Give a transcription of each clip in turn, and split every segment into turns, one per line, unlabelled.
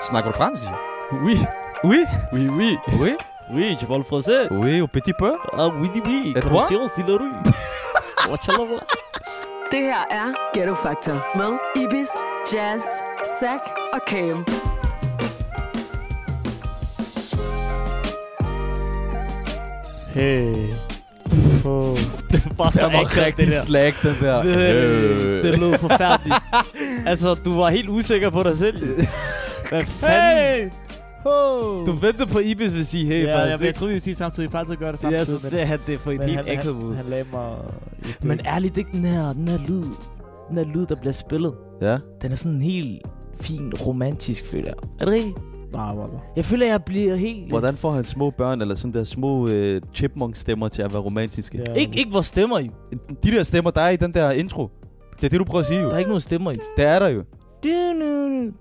Snakker du fransk?
Oui.
Oui.
Oui, oui.
Oui.
Oui, je parle français.
Oui, au petit peu.
Ah, oui, oui, oui.
Et toi?
Conscience de la rue. Watchallah.
Det her er Ghetto Factor med Ibis, Jazz, Zack og Cam.
Hey. Åh.
Det var så
Det var
ægte, det
rigtig
der.
slag, den der.
Det,
Øh.
det lød forfærdeligt. altså, du var helt usikker på dig selv. Hvad fanden? Hey!
Ho.
Du ventede på, Ibis vil sige hey,
ja,
faktisk.
jeg, jeg, jeg troede, vi ville sige samtidig. Vi plejede at gøre det
Ja,
samtidig.
så ser han det for en helt
han,
ægte
han,
måde.
han lagde mig... i stil.
Men ærligt, det er ikke den her, den her lyd, den her lyd, der bliver spillet.
Ja.
Den er sådan helt fin romantisk, føler jeg. Er det rigtigt?
Nej, wallah.
Jeg føler, jeg bliver helt...
Hvordan får han små børn, eller sådan der små øh, chipmunk-stemmer til at være romantiske?
Ja.
Ikke, ikke vores stemmer, jo.
De der stemmer, der er i den der intro. Det er det, du prøver at sige jo.
Der er ikke nogen stemmer, jo.
Det er der jo.
Det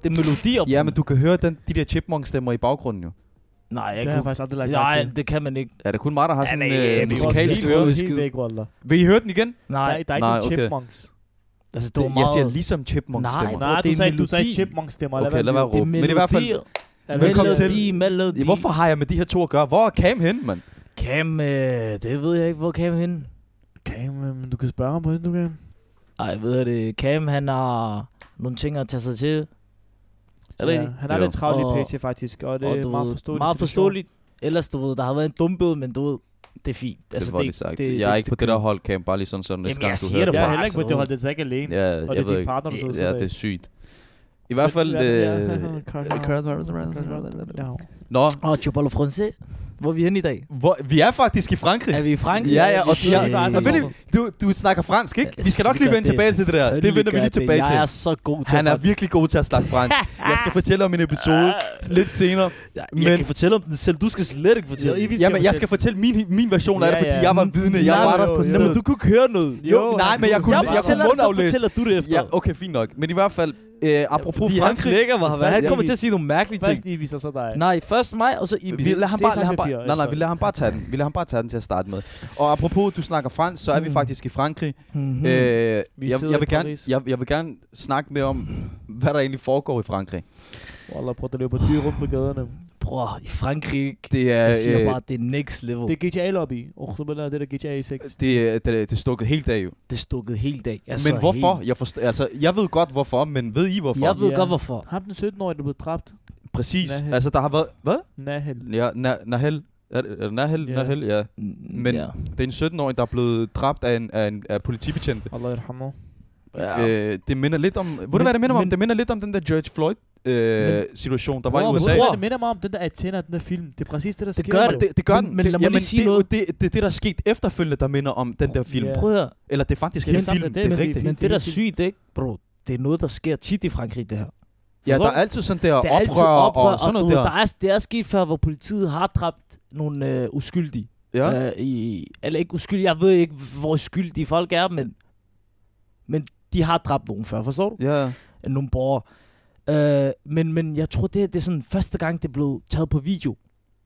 er melodier.
Ja, men du kan høre den, de der chipmunk-stemmer i baggrunden jo.
Nej, jeg
Det har jeg
kunne...
faktisk aldrig lagt mærke
Nej,
til.
det kan man ikke.
Er det kun mig, der har
Ja,
sådan
nej, det
en
er
øh,
Det går
musikalsk
helt-
øre?
det går Helt væk, wallah.
Vil I høre den igen?
Der,
Nej,
er- der er ikke
Nej,
nogen
okay.
chipmunks.
altså det var
Det, jeg
meget...
siger ligesom chipmunk-stemmer.
Nej,
Nej,
det
du
er
sagde, du
melodi.
sagde chipmunks-stemmer.
Okay, lad være at
det er
råbe. Men i hvert fald,
melodier.
Velkommen til.
Melodi, melodi.
Ja, hvorfor har jeg med de her to at gøre? Hvor er Cam henne, mand?
Cam, øh, det ved jeg ikke, hvor Cam er henne.
Cam, øhm, du kan spørge ham på Instagram.
Ej, ved jeg det. Cam, han har nogle ting at tage sig til. Er det
Ja,
ja.
han er
Jo.
lidt travlt i
Og-
PC faktisk, og det
og
er
du
meget
ved,
forståeligt.
Meget forståeligt. Ellers, du ved, der har været en dumbød, men du ved, Altså, det er fint.
det var det sagt. jeg er ikke på det der hold, Cam. Bare lige sådan, sådan
Jamen,
næste gang,
jeg
du
siger
hører
det
Jeg er
bare
heller ikke på
sådan
det
noget.
hold, det er så ikke alene.
Ja,
det er
jeg ved
din
ikke.
partner, der sidder ved
Ja,
siden af.
det er sygt. I hvert fald... Øh,
Ja.
Nå,
Og tu parles français? Hvor er vi henne i dag?
hvor, vi er faktisk i Frankrig.
Er vi i Frankrig?
Ja, ja, og de har-
Shit.
og ved I- du, du snakker fransk, ikke?
Ja,
vi skal nok lige vende tilbage til det der. Det vender vi lige tilbage til.
Jeg er så god til
Han er
fransk.
virkelig god til at snakke fransk. Jeg skal fortælle om en episode lidt senere.
Jeg,
men-
jeg kan fortælle om den selv. Du skal slet ikke fortælle.
Ja, I- vi skal
Jamen, jeg skal fortælle min, min version af det,
Ja, ja.
fordi jeg var vidne. Jeg
Nej,
var
men-
der på
jo,
Jamen,
stedet.
du kunne ikke høre noget.
Jo, nej, men jeg kunne-
jeg,
jeg kunne
fortæller, det, så
mundaflæse.
fortæller du det efter.
Ja, okay, fint nok. Men i hvert fald, øh, apropos
Fordi Han
Frankrig.
knækker mig, hvad? Han
Ja,
kommer
vi-
til at sige nogle mærkelige ting.
Først Ibis, og så dig.
Nej, først mig, og så Ibis.
Vi lader ham bare, lader ham
Sesampapir
bare, nej, nej, vi
efter.
lader ham bare tage den. Vi lader ham bare tage den til at starte med. Og apropos, du snakker fransk, så er vi
Mm.
faktisk i Frankrig.
Mm-hmm.
Mm. Øh, jeg,
sidder
jeg,
i
vil gerne,
Paris.
jeg, jeg vil gerne snakke mere om, hvad der egentlig foregår i Frankrig.
Wallah, prøv at løbe på dyr rundt på gaderne.
Bror, i Frankrig,
Det er,
jeg siger
øh,
bare, det er next level.
Det er GTA Lobby. Åh, du mener, det der GTA 6.
Øh,
det, er- det, er- det er stukket helt af jo.
Det er stukket helt dag.
Altså, men hvorfor? Jeg, forstår, altså, jeg ved godt hvorfor, men ved I hvorfor?
Jeg ved
Ja.
godt, hvorfor.
Ham den 17-årige, der blev dræbt.
Præcis.
Nahel.
Altså, der har været... Hvad?
Nahel.
Ja, na, Nahel. Er det- er det Nahel?
Ja.
Yeah. Nahel, ja. Men-
Mm, ja.
Det er en 17-årig, der er blevet dræbt af, en, af, en, af politibetjente.
Allah irhamu.
Ja.
Øh, det minder lidt om... Ved du,
Men-
hvad det minder om?
men-
Det minder lidt om den der George Floyd-situation, der var i
Bror,
USA.
ved du hvad,
Bror.
Det minder mig om den der Athena, den der film. Det er præcis det, der sker.
Det gør
mand.
Det, det gør
Men-
den.
men lad
det,
mig lige sige
det, er jo
noget.
Det, det, er det, der er sket efterfølgende, der minder om den der film.
Ja.
Yeah.
Prøv at høre.
Eller det er faktisk
Det er
hele
samme-
filmen.
det
Det
er
er
det.
rigtigt.
Men det, der
helt
er sygt, ikke, bro? Det er noget, der sker tit i Frankrig, det her.
Ja, der
Forstår
er altid sådan der
du? Der er
oprør,
altid oprør,
og sådan
du
noget
ved,
der.
der. er, det er sket før, hvor politiet har dræbt nogle øh, uskyldige.
Ja.
Øh, i, eller ikke uskyldige, jeg ved ikke, hvor skyldige folk er, men, men de har dræbt nogen før, forstår du?
Ja.
af nogle borgere. Øh, men, men jeg tror, det, her, det er sådan første gang, det blev taget på video,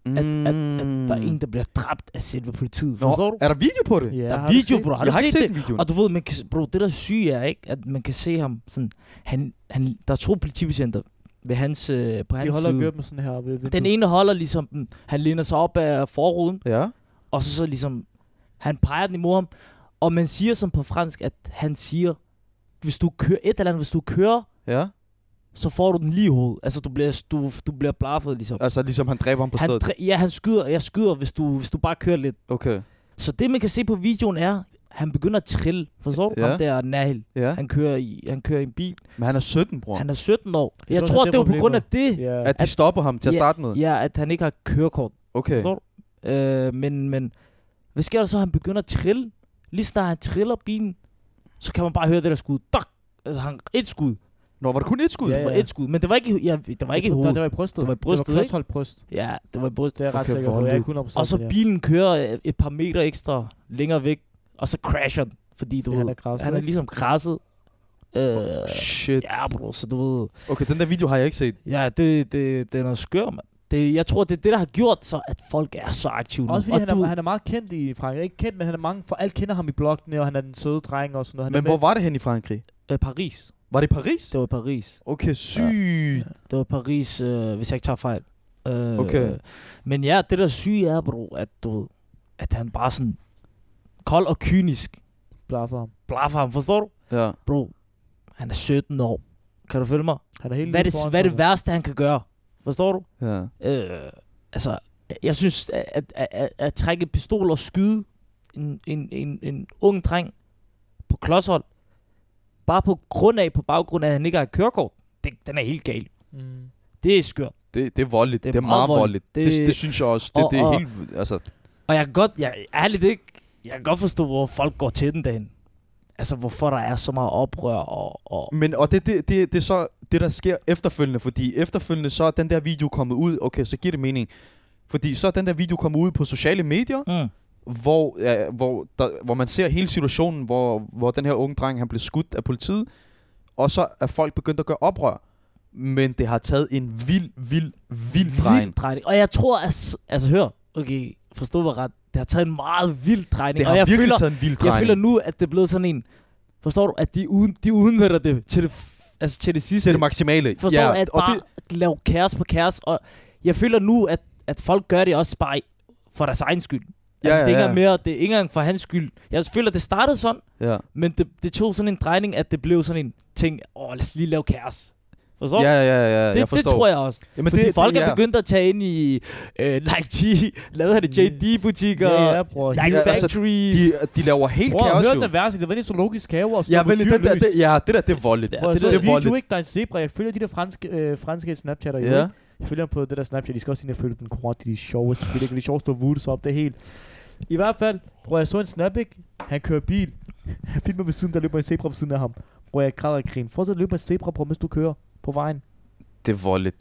at, mm. at, at der er en, der bliver dræbt af selve politiet.
Nå,
Forstår du?
er der video på det?
Ja,
Der er
har du
video,
set-
bro. Har
jeg
du
har
set
ikke set den
det?
videoen.
Og du ved, man kan, bro, det der syge er, ikke, at man kan se ham sådan, han, han, der er to politibetjenter ved hans, øh, på
De
hans
holder
side.
gømmen sådan her. Ved, ved
Den ene holder ligesom, den- han læner sig op af forruden,
Ja.
og så, så ligesom, han peger den imod ham, og man siger som på fransk, at han siger, hvis du kører et eller andet, hvis du kører
Ja.
så får du den lige i hovedet. Altså, du bliver, du, du bliver blaffet, ligesom.
Altså ligesom han dræber ham på
Han,
stedet.
dre- ja, han skyder, og jeg skyder, hvis du, hvis du bare kører lidt.
Okay.
Så det, man kan se på videoen, er, han begynder at trille. Forstår du?
Ja.
Ja. Ham der Nahel.
Ja.
Han kører, i, han kører i en bil.
Men han er 17, bror.
Han er 17 år. Jeg,
tror, det er
tror, det,
det,
var på grund af
problemet.
det,
Ja.
At de stopper ham til at
Ja.
starte med.
ja, at han ikke har kørekort.
Okay.
Forstår du? Øh, men, men hvad sker der så? Han begynder at trille. Lige snart han triller bilen, så kan man bare høre det der skud. Dok! Altså, han, et skud.
Nå, var det kun et skud?
Ja,
Det var
ja.
et skud. Men det var ikke, i- ja, det var ikke i
Det var-
hovedet.
Det var i brystet.
Det var i brystet,
Det
ikke?
var krydsholdt bryst.
Ja, det var i brystet.
Det er jeg ret
Okay,
sikker på.
for
Jeg er
helvede.
ikke 100%
Og så
men ja.
bilen kører øh, et par meter ekstra længere væk, og så crasher den, fordi du
Fordi
ved,
han er krasset,
han er
ikke?
ligesom krasset. Øh,
Shit.
ja, bro, så du ved.
Okay, den der video har jeg ikke set.
Ja, det, det, det er noget skør, mand. Det, jeg tror, det er det, der har gjort, så at folk er så aktive nu.
Også fordi
og
han, er, han er meget kendt i Frankrig. Ikke kendt, men han er mange, for alle kender ham i bloggene, og han er den søde dreng og sådan noget. Han
Men
er
hvor
med-
var det hen i Frankrig?
øh, Paris.
Var det i Paris?
Det var i Paris.
Okay, sygt.
Det var Paris, øh, hvis jeg ikke tager fejl. Øh,
Okay.
Men ja, det der syge er, bro, at, du, ved, at han bare sådan kold og kynisk
Blaffer ham.
blaffer ham, forstår du?
Ja.
Bro, han er 17 år. Kan du følge mig?
Han er helt
Hvad er,
lige
det,
foran
hvad er det
kameraet.
værste, han kan gøre? Forstår du?
ja.
Øh, altså, jeg synes, at, at, at, at trække pistol og skyde en, en, en, en ung dreng på klodshold, bare på grund af, på baggrund af, at han ikke har kørekort, det, den er helt gal.
Mm.
Det er skørt.
Det, det er voldeligt. Det er, det er meget voldeligt. Det, det, det synes jeg også. Det,
og-
det er
og-
helt... Altså,
Og jeg kan godt, jeg, ærligt ikke, jeg kan godt forstå, hvor folk går til den derhen. Altså, hvorfor der er så meget oprør og... og
Men og det, det, det, det er så det, der sker efterfølgende, fordi efterfølgende så er den der video kommet ud, okay, så giver det mening. Fordi så er den der video kommet ud på sociale medier,
mm.
hvor, ja, hvor, der, hvor man ser hele situationen, hvor, hvor den her unge dreng han blev skudt af politiet, og så er folk begyndt at gøre oprør. Men det har taget en vild, vild, vild drejning.
Vild drejning. Og jeg tror, at... Altså, hør. Okay, forstå mig ret. Det har taget en meget vild drejning.
Det
og
har
jeg
virkelig
føler,
taget en vild
jeg føler
drejning.
nu, at det er blevet sådan en... Forstår du? At de, uden, de udnytter det til det, f- altså til det sidste.
Til det maksimale.
forstår du? At
og
bare
det,
det... lave kaos på kaos. Og jeg føler nu, at, at folk gør det også bare i- for deres egen skyld.
Ja,
altså, det er
ja,
ikke
ja.
engang mere, det er ikke engang for hans skyld. Jeg føler, det startede sådan,
ja.
men det, det tog sådan en drejning, at det blev sådan en ting, åh, lad os lige lave kaos. Forstår du?
ja, ja, ja, ja,
det,
jeg
det
forstår.
tror jeg også.
Jamen,
Fordi det, folk det,
ja.
er begyndt at tage ind i øh, Nike G, lavede han det JD-butikker,
Ja,
yeah,
ja, bror.
Nike
Ja, altså,
Factory.
De, de laver helt
Bror,
kaos
hørte
jo.
det værste. Det var en zoologisk have og
Ja,
stukket
vel,
dyr
det, der,
løs.
det, ja, det der, det er voldeligt.
Bror,
det,
så
der, det er
er
voldeligt.
ikke, der er en zebra. Jeg følger de der franske, øh, franske Snapchatter. jo,
Ja.
ikke? Jeg følger dem på det der Snapchat. De skal også ind og følge den korrekt. De er de sjoveste. Det er de sjoveste at voote sig op. Det er helt... I hvert fald, bror, jeg så en snap, ikke? Han kører bil. Han filmer ved siden, der løber en zebra ved siden af ham. Bror, jeg græder af grin. Fortsæt at løbe med en zebra, bror, mens du kører på vejen.
Det er voldeligt.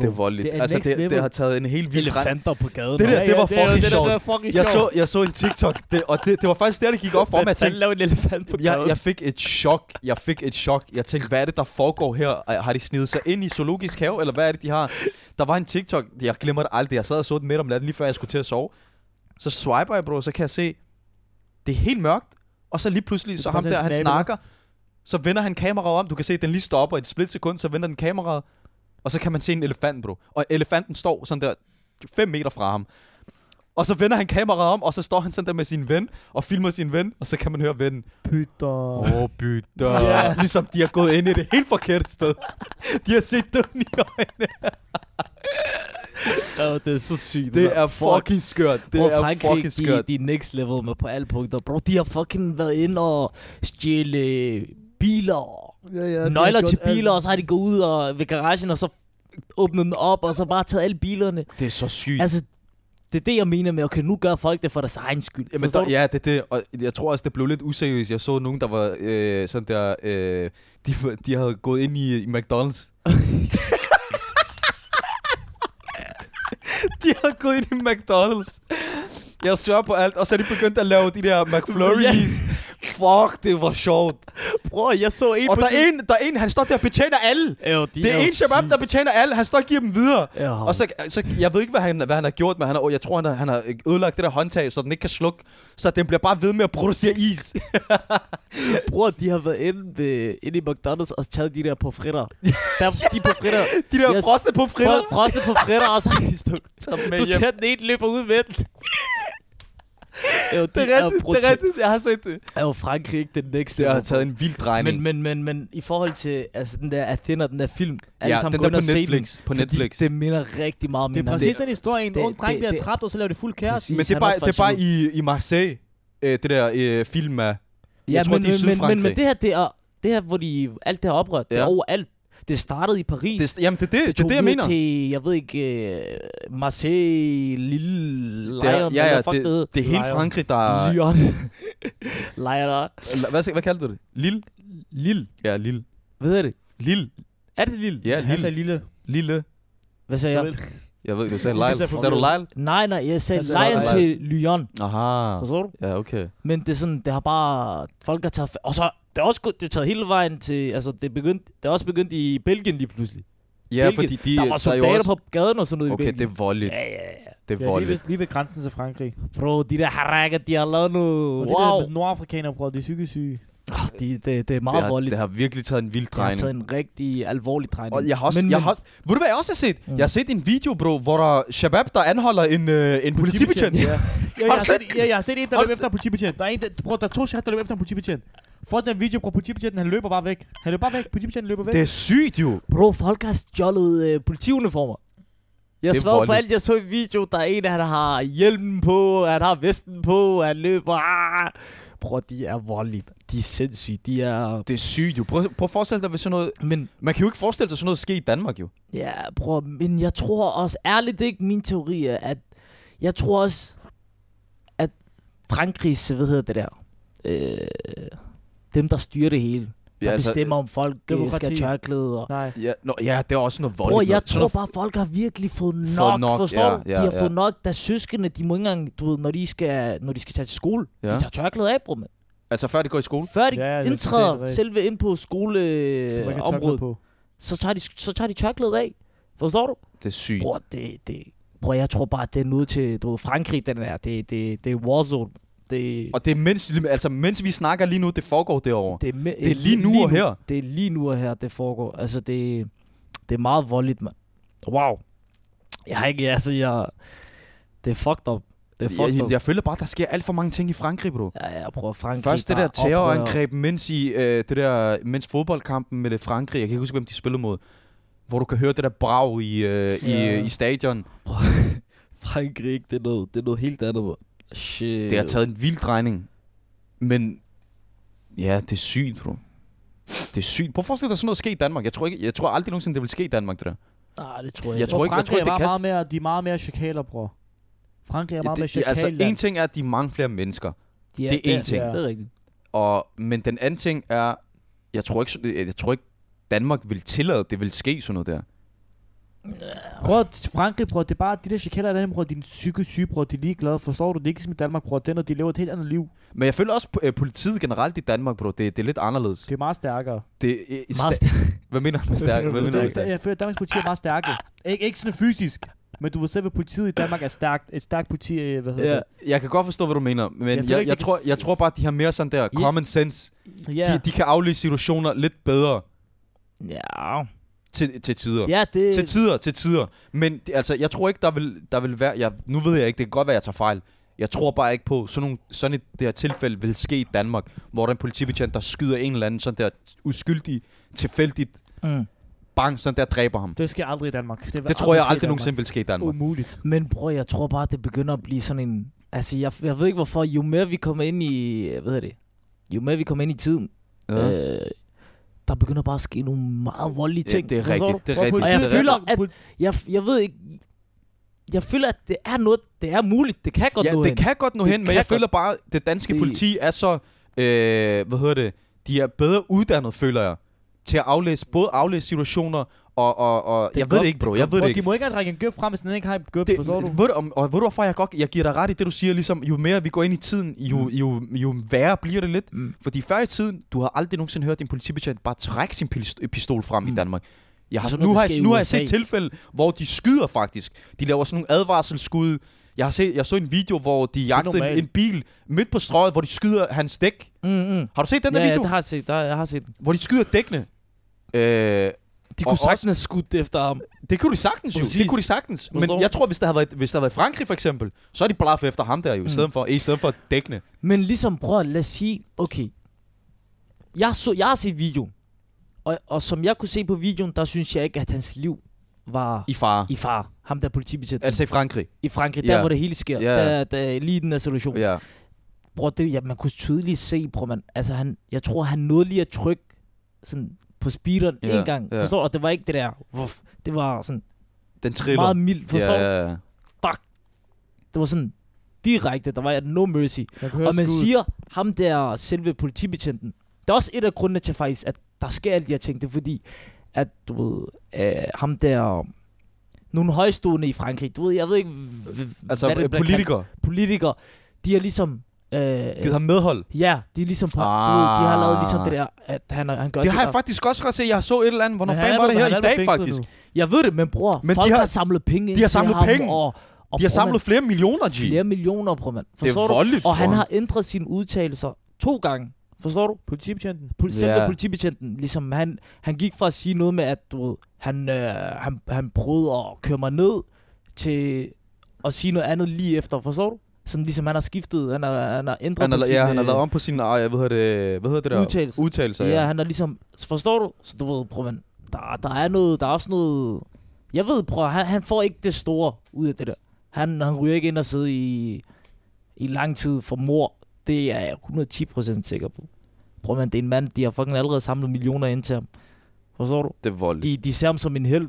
Det er voldeligt.
det er
altså,
next
det, det
level.
har taget en helt vild dreng.
Elefanter på gaden.
Det der, det var
er jo
fucking
det, der-
sjovt.
Det var fucking
Jeg så,
sjovt.
jeg så en TikTok, det, og det, det var faktisk der, det gik op for mig. Jeg,
Hvad fanden
tænkte,
laver en elefant på gaden?
jeg, jeg fik et chok. Jeg fik et chok. Jeg tænkte, hvad er det, der foregår her? Ej, Har de snedet sig ind i zoologisk have, eller hvad er det, de har? Der var en TikTok, jeg glemmer det aldrig. Jeg sad og så den midt om natten, lige før jeg skulle til at sove. Så swiper jeg, bro, så kan jeg se, det er helt mørkt. Og så lige pludselig, så
kan
ham
bare se
der, han
en snabel.
snakker. Så vender han kameraet om. Du kan se, at den lige stopper i et splitsekund, så vender den kameraet. Og så kan man se en elefant, bro. Og elefanten står sådan der 5 meter fra ham. Og så vender han kameraet om, og så står han sådan der med sin ven, og filmer sin ven, og så kan man høre vennen.
Pytter.
Åh, oh, bytter.
Ja.
Ligesom de har gået ind i det helt forkerte sted. De har set døden i øjnene.
oh, det er så sygt.
Det er fucking skørt. Det
Bro,
er
Frankrig,
fucking skørt.
De, de er next level med på alle punkter. Bro, de har fucking været ind og stjæle biler og
Ja, ja,
ja, nøgler til biler, og så har de gået ud og, ved garagen, og så åbnet den op, og så bare taget alle bilerne.
Det er så sygt.
Altså, det er det, jeg mener med, okay, nu gør folk det for deres egen skyld.
Jamen,
Forstår
der,
du?
ja, det er det. Og jeg tror også, det blev lidt useriøst. Jeg så nogen, der var øh, sådan der... Øh, de, var- de havde gået ind i, i McDonald's. de havde gået ind i McDonald's. Jeg sørger på alt. Og så er de begyndt at lave de der McFlurries. Fuck, det var sjovt.
Bror, jeg så en
Og
på
der
Tik-
er, en, der er en, han står der og betjener alle.
Jo, de
Det er en shabab, der betjener alle. Han står og giver dem videre.
Ja,
Og så, så, jeg ved ikke, hvad han, hvad han har gjort, men han har, jeg tror, han har, han har ødelagt det der håndtag, så den ikke kan slukke. Så den bliver bare ved med at producere is.
bror, de har været inde, ved, inde i McDonald's og taget de der på fritter. Der, de på fritter.
De der
Yes.
yes. frosne på fritter.
Fro- Frosne på fritter, og så har de stukket.
med
Du
hjem.
ser den ene løber ud med den. Jo, de
Det er rigtigt, det er
brutalt.
rigtigt. Jeg har set det.
Er jo Frankrig ikke den næste?
Det har taget en vild drejning.
men, men, men, men i forhold til altså, den der Athena, den der film, alle
ja,
sammen
den der
gå ind og
på
se
Netflix. På
den,
Netflix.
Fordi det minder rigtig meget om
Det er
hinanden.
præcis den historie. En
det-
ung dreng
det-
bliver
det-
dræbt, og så laver det fuld kaos.
Præcis.
men det er
han
bare,
også
det er bare
faktisk
i, i Marseille, øh, det der øh, film af...
ja,
Jeg tror,
men,
det er
men, men, men,
Sydfrankrig.
men, det her, det er, det her, hvor de, alt det her oprør, det er
Ja.
overalt. Det startede i Paris.
Det, jamen, det er det, det, er
tog
det jeg
ud
mener.
til, jeg ved ikke, øh, Marseille, Lille, Lion,
Det er, ja, ja,
fuck det,
det, det er hele
Lion.
Frankrig, der...
Lyon. Lion.
Eller Hvad, hvad kaldte du det? Lille? Lille. Ja, Lille.
Ved jeg det?
Lille.
Er det Lille?
Ja,
Han sagde
Lille.
lille.
Lille.
Hvad sagde jeg?
Jeg ved ikke, du sagde
Det
Lyle.
sagde
Sagde du Lyle?
Nej, nej, jeg sagde
Jeg sagde
Lion
Lion.
til Lyon.
Aha.
Forstår du?
Ja, okay.
Men det er sådan, det har bare... Folk har taget... fa- Og så... Det er også gået, det er taget hele vejen til... Altså, det er, begyndt, det er også begyndt i Belgien lige pludselig.
Ja,
Hvilket-
fordi de
der var
er jo
soldater
også-
på gaden og sådan noget i
Okay, det
Belgien.
er voldeligt.
Ja, ja, ja.
Det er
Ja, lige,
voldeligt.
ved, lige ved grænsen til Frankrig.
Bro, de der harakker, de har lavet nu...
Og wow.
Wow.
det der med nordafrikanere, bror, de er psykisk syge.
Oh, de, det, det er meget
det, har,
voldeligt.
det har virkelig taget en vild
Det har
drejning.
taget en rigtig alvorlig drejning.
Og jeg har også, men, jeg har, ved du hvad jeg også har set?
Mm.
Mm. Jeg har set en video, bro, hvor der er Shabab, der anholder en, øh, en politibetjent.
Ja. Ja, jeg,
Har
har
du
set,
set
ja, jeg har set en, der
Har du-
løb efter en politibetjent. Der er en, der, prøv, der er to chat, der løb efter en politibetjent. For den video på politibetjenten, han løber bare væk. Han løber bare væk, politibetjenten løber væk.
Det er sygt jo.
Bro, folk har stjålet øh, politiuniformer. Jeg
Det er
svarer på
voldeligt.
alt, jeg så i video. Der er en, han har hjelmen på, han har vesten på, han løber. Ah! Bror, de er voldelige. mand. De er sindssyge. De er...
Det er sygt jo. Prøv, prøv at forestille dig, hvis sådan noget...
Men,
Man kan jo ikke forestille sig sådan noget ske i Danmark jo.
ja, bror, men jeg tror også, ærligt, det er ikke min teori, at jeg tror også, at Frankrigs, hvad hedder det der, øh, dem, der styrer det hele, der ja, altså, bestemmer, om folk øh, skal
demokrati.
have tørklæde, og
Nej.
Ja, nå, ja, det er også noget
Bror,
voldeligt.
jeg
noget- sådan
tror
noget-
bare, folk har virkelig fået nok,
Fået nok,
forstår
ja,
du?
ja,
De har
ja.
fået nok, da søskende, de må ikke engang, du ved, når de skal, når de skal tage til skole, ja.
Ja.
de tager tørklæde af, bror, mand.
Altså før det går i skole.
Før de
Ja, ja,
ja,
det er
indtræder
rigtigt.
selve ind på
Man kan
skoleområdet,
tørklæde på.
så tager, de, så tager de tørklæde af. Forstår du?
Det er sygt.
Bror, det, det, bror, jeg tror bare, det er noget til, du ved, Frankrig, den der. Det, det, det er warzone. Det,
Og det er mens, altså, mens vi snakker lige nu, det foregår derovre.
det, er, me,
Det er lige nu og her.
Det er lige nu og her, det foregår. Altså, det, det er meget voldeligt, mand. Wow. Jeg har ikke, altså, jeg... Det er fucked up. Det er fucked
Jeg,
up.
øh, jeg føler bare, der sker alt for mange ting i Frankrig, bro.
Ja, ja, prøv at Frankrig.
Først det der
er oprør.
terrorangreb, mens, i, øh, det der, mens fodboldkampen med det Frankrig, jeg kan ikke huske, hvem de spillede mod, hvor du kan høre det der brag i, øh,
Ja.
i, i stadion.
Frankrig, ikke? det er noget, det er noget helt andet, mand. Shit.
Det har taget en vild drejning. Men ja, det er sygt, bro. Det er sygt. Prøv at forestille dig sådan noget ske i Danmark. Jeg tror, ikke, jeg tror aldrig nogensinde, det vil ske i Danmark, det der.
Nej, det tror jeg,
Jeg
ikke.
tror
Bror,
ikke-
Frankrig
det
er bare
kan-
meget mere, de er meget mere chakaler, bror. Frankrig er meget mere
det, altså,
chakaler.
en ting er, at de er mange flere mennesker.
De
det er én
ja,
ting.
Ja. Det er rigtigt.
Og, men den anden ting er, jeg tror ikke, jeg tror ikke Danmark vil tillade, at det vil ske sådan noget der.
Prøv at, Frankrig, bror, det er bare de der chakaler derhen, bror, de er psykisk syge, bror, de er ligeglade, forstår du? Det er ikke som i Danmark, bror, den og de lever et helt andet liv.
Men jeg føler også, at politiet generelt i Danmark, bro, det, det er lidt anderledes.
Det er meget stærkere.
Det, øh,
Meget
sta- hvad mener du med stærk? Hvad
Det
mener
er,
du med
ikke-
stærk?
jeg føler, at Danmarks politi er meget stærke. Ikke, ikke sådan fysisk, men du ved selv, at politiet i Danmark er stærkt. Et stærkt politi, øh, hvad hedder
Ja.
det?
Jeg kan godt forstå, hvad du mener, men
Jeg
jeg,
føler
jeg,
ikke,
jeg,
det
tror,
kan s-
jeg tror bare, at de har mere sådan der
Ja.
common sense.
Ja.
De, de kan aflæse situationer lidt bedre.
Ja.
Til, til tider.
Ja, det...
Til tider, til tider. Men det- altså, jeg tror ikke, der vil, der vil være... Jeg, nu ved jeg ikke, det kan godt være, jeg tager fejl. Jeg tror bare ikke på, sådan, nogle, sådan et det her tilfælde vil ske i Danmark, hvor der er en politibetjent, der skyder en eller anden sådan der uskyldig, tilfældigt
Mm.
bang, sådan der dræber ham.
Det sker aldrig i Danmark. vil
Det tror jeg
ske i
aldrig
Danmark.
nogensinde vil ske i Danmark.
Umuligt.
Men bror, jeg tror bare, det begynder at blive sådan en... Altså, jeg, jeg ved ikke hvorfor. Jo mere vi kommer ind i... Hvad hedder det? Jo mere vi kommer ind i tiden, ja.
Ja.
øh, der begynder bare at ske nogle meget voldelige
Ja,
ting.
det er
Forstår
rigtigt.
du?
Det er
Bror,
rigtigt.
Og jeg
politiet i
føler,
Danmark-
at-
pol-
Jeg, jeg ved ikke... Jeg føler, at det er noget... Det er muligt. Det kan godt
Ja,
nå
det
hen.
kan godt nå
Det
hen, men
kan
jeg føler bare, at det danske
Det-
politi er så... Øh, hvad hedder det? De er bedre uddannet, føler jeg, til at aflæse, både aflæse situationer og... og, og
er
jeg ved
godt,
det ikke, bro. Jeg ved
Bror,
det
de
ikke.
må ikke engang række en gøb frem, hvis den ikke har en gøb,
Det,
forstår du?
ved du, om, og ved du hvorfor jeg, godt, jeg giver dig ret i det du siger ligesom, Jo mere vi går ind i tiden Jo,
Mm.
jo, jo værre bliver det lidt
Mm.
Fordi før i tiden Du har aldrig nogensinde hørt din politibetjent Bare trække sin pil- pistol frem
Mm.
i Danmark jeg har,
Det er sådan
nu,
noget,
har
der
jeg,
sker i
nu har jeg
USA.
set tilfælde Hvor de skyder faktisk De laver sådan nogle advarselsskud Jeg, har set, jeg så en video Hvor de jagtede en,
normalt.
en bil Midt på strøget Hvor de skyder hans dæk
Mm, mm.
Har du set den der
ja,
video?
ja, det har jeg set. Der, jeg har set. den.
Hvor de skyder dækkene øh,
De
Og
kunne
også-
sagtens have skudt efter ham.
det kunne de sagtens jo.
Præcis.
Det kunne de sagtens. Men
Forstår du?
jeg tror, hvis der havde været, hvis der havde været Frankrig for eksempel, så er de blaffet efter ham der jo,
Mm.
i stedet for, i stedet for dækkene.
Men ligesom, bror, lad os sige, okay, jeg, så, jeg har set videoen, og, og som jeg kunne se på videoen, der synes jeg ikke, at hans liv var
I fare.
i fare. Ham der politibetjent altså,
Altså i Frankrig.
i Frankrig, der
Ja.
hvor det hele sker,
Ja.
der, der, lige i den her situation.
Ja.
Bror, det, ja, man kunne tydeligt se, bror, man, altså han, jeg tror, han nåede lige at trykke sådan på speederen
Ja,
en gang,
ja.
forstår du? Og det var ikke det der, vuff, det var sådan
Den triller.
meget mildt, forstår
ja, ja,
yeah.
ja.
Det var sådan direkte, der var no mercy.
Man kan høre
Og man
skuddet.
siger, ham der selve politibetjenten, det er også et af grundene til faktisk, at der sker alle de her ting, det er fordi, at du ved, øh, ham der, nogle højstående i Frankrig, du ved, jeg ved ikke, hv-
Altså
hvad det
øh,
bliver
politikere.
kaldt. politikere, de er ligesom, øh,
Givet ham medhold.
ja, de er ligesom på, ah. du ved,
Ah.
de har lavet ligesom det der, at han, han gør
Det
sig-
har jeg faktisk også godt set. Jeg så et eller andet. Hvornår
Men han
fanden
er
var det
allerede-
her
han er
i dag
allerede fængslet
faktisk?
nu.
jeg ved det, men bror,
Men
men
de
folk har,
har-
har samlet penge ind
de har
til
samlet
ham,
penge.
og, og
De har
bror,
samlet flere millioner, G.
man, flere millioner, bror, mand.
Det
Forstår
er
du?
voldeligt,
Og han
bror.
har ændret sine udtalelser to gange. Forstår du?
Politibetjenten.
Politi yeah.
Ja.
politibetjenten, ligesom han, han gik fra at sige noget med, at du ved, han, øh, han, han prøvede at køre mig ned, til at sige noget andet lige efter, forstår du? Sådan ligesom han har skiftet, han har, han har ændret
Han
på
har,
sin,
ja, han har
øh,
lavet om på sin ej, hvad hedder det, hvad hedder det der?
Udtalelse.
Udtalelser,
ja,
ja.
han er ligesom, så forstår du? Så du ved, prøv man, der, der er noget, der er også noget, jeg ved, prøv, han, han får ikke det store ud af det der. Han, han ryger ikke ind og sidder i, i lang tid for mor. Det er jeg 110% sikker på. Prøv man, det er en mand, de har fucking allerede samlet millioner ind til ham. Forstår du?
Det er voldeligt.
De, de ser ham som en held.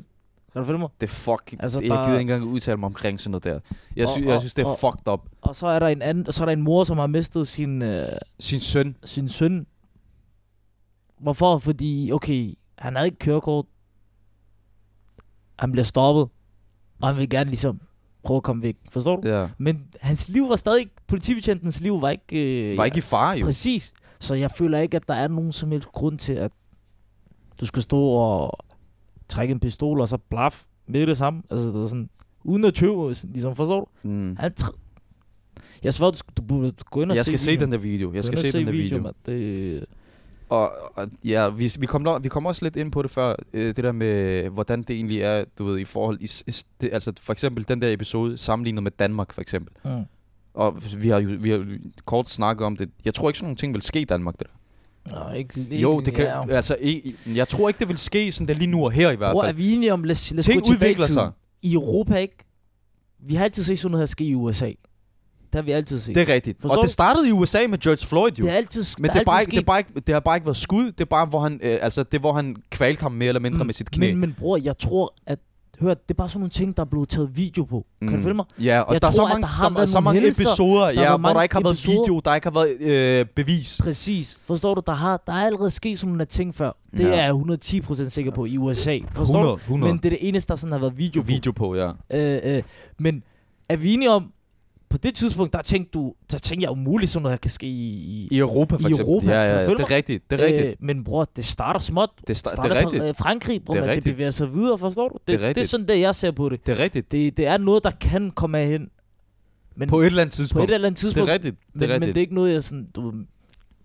Kan du følge mig?
Det er fucking...
Altså,
Altså,
der-
jeg gider ikke engang udtale mig omkring sådan noget der. Jeg, sy-
Og- og-
jeg synes, det er
og-
fucked up.
Og så er der en anden, så er der en mor, som har mistet sin, øh,
Sin søn.
sin søn. Hvorfor? Fordi, okay, han havde ikke kørekort. Han bliver stoppet. Og han vil gerne ligesom prøve at komme væk. Forstår du? Ja.
Ja.
Men hans liv var stadig... Politibetjentens liv var ikke... Øh,
Var ikke i fare, jo.
Præcis. Så jeg føler ikke, at der er nogen som helst grund til, at du skal stå og trække en pistol og så blaf med det samme. Altså, det er sådan... Uden at tøve, ligesom forstår du?
Mm.
Han tr- jeg svarer, du, skal, du burde gå ind og
Jeg
se
skal se
videoen.
den der video. Jeg
Gå
skal
ind og
se den der video.
mand. Det,
Og, og ja, vi, vi, kom, lo- vi kom også lidt ind på det før, øh, det der med, hvordan det egentlig er, du ved, i forhold, i, s- i, s- det, altså for eksempel den der episode, sammenlignet med Danmark for eksempel.
mm.
Og vi har jo vi har kort snakket om det. Jeg tror ikke, sådan nogle ting vil ske i Danmark. Det der.
Nå, ikke, ikke,
Jo, det kan,
Ja.
altså, i, i- jeg tror ikke, det vil ske sådan der lige nu og her i hvert
Bror, er
fald.
vi enige om, lad os, lad os
altså, Ting
gå tilbage i
udvikler
tiden.
sig.
I Europa, ikke? Vi har altid set sådan noget her ske i USA. Det har vi altid set.
Det er rigtigt.
Forstår
og
du?
det startede i USA med George Floyd, jo.
det er altid,
Men
er
det, er bare
altid
ikke, det, er
sket.
bare ikke, det har bare ikke været skud. Det er bare, hvor han, øh, altså, det, er, hvor han kvalte ham mere eller mindre
Mm,
med sit knæ.
Men, men bror, jeg tror, at Hør, det er bare sådan nogle ting, der er blevet taget video på. Mm. Kan du
Mm.
følge mig?
Ja, og
Jeg
jeg der er så
tror, at
mange,
der har
der, der er
været
så
nogle
mange
hændelser.
episoder,
har
ja,
været
hvor
mange
der ikke har været
episoder.
video, der ikke har været øh, bevis.
Præcis. Forstår du? Der, har, der er allerede sket sådan nogle ting før. Det
Ja.
er jeg 110% sikker på i USA. Forstår
100,
du?
100.
Men det er det eneste, der sådan har været video på.
video på, ja.
Øh, øh, men er vi enige om, på det tidspunkt, der tænkte du, der tænkte jeg umuligt, sådan noget her kan ske i... i
I Europa, for
I
eksempel.
Europa,
ja,
kan du
ja,
følge
det er rigtigt, det er rigtigt.
øh, men bror, det starter småt.
Det sta- det er
starter på,
rigtigt.
øh, Frankrig, bror,
Det
det,
er
det
rigtigt.
bevæger sig videre, forstår du?
Det er
det, det er
rigtigt.
sådan, det jeg ser på det.
Det er rigtigt.
Det, det er noget, der kan komme af hen Men
På et eller andet
på
tidspunkt.
et eller andet
Det
tidspunkt.
er rigtigt, det
men,
er
men
rigtigt.
det er ikke noget, jeg sådan... Du,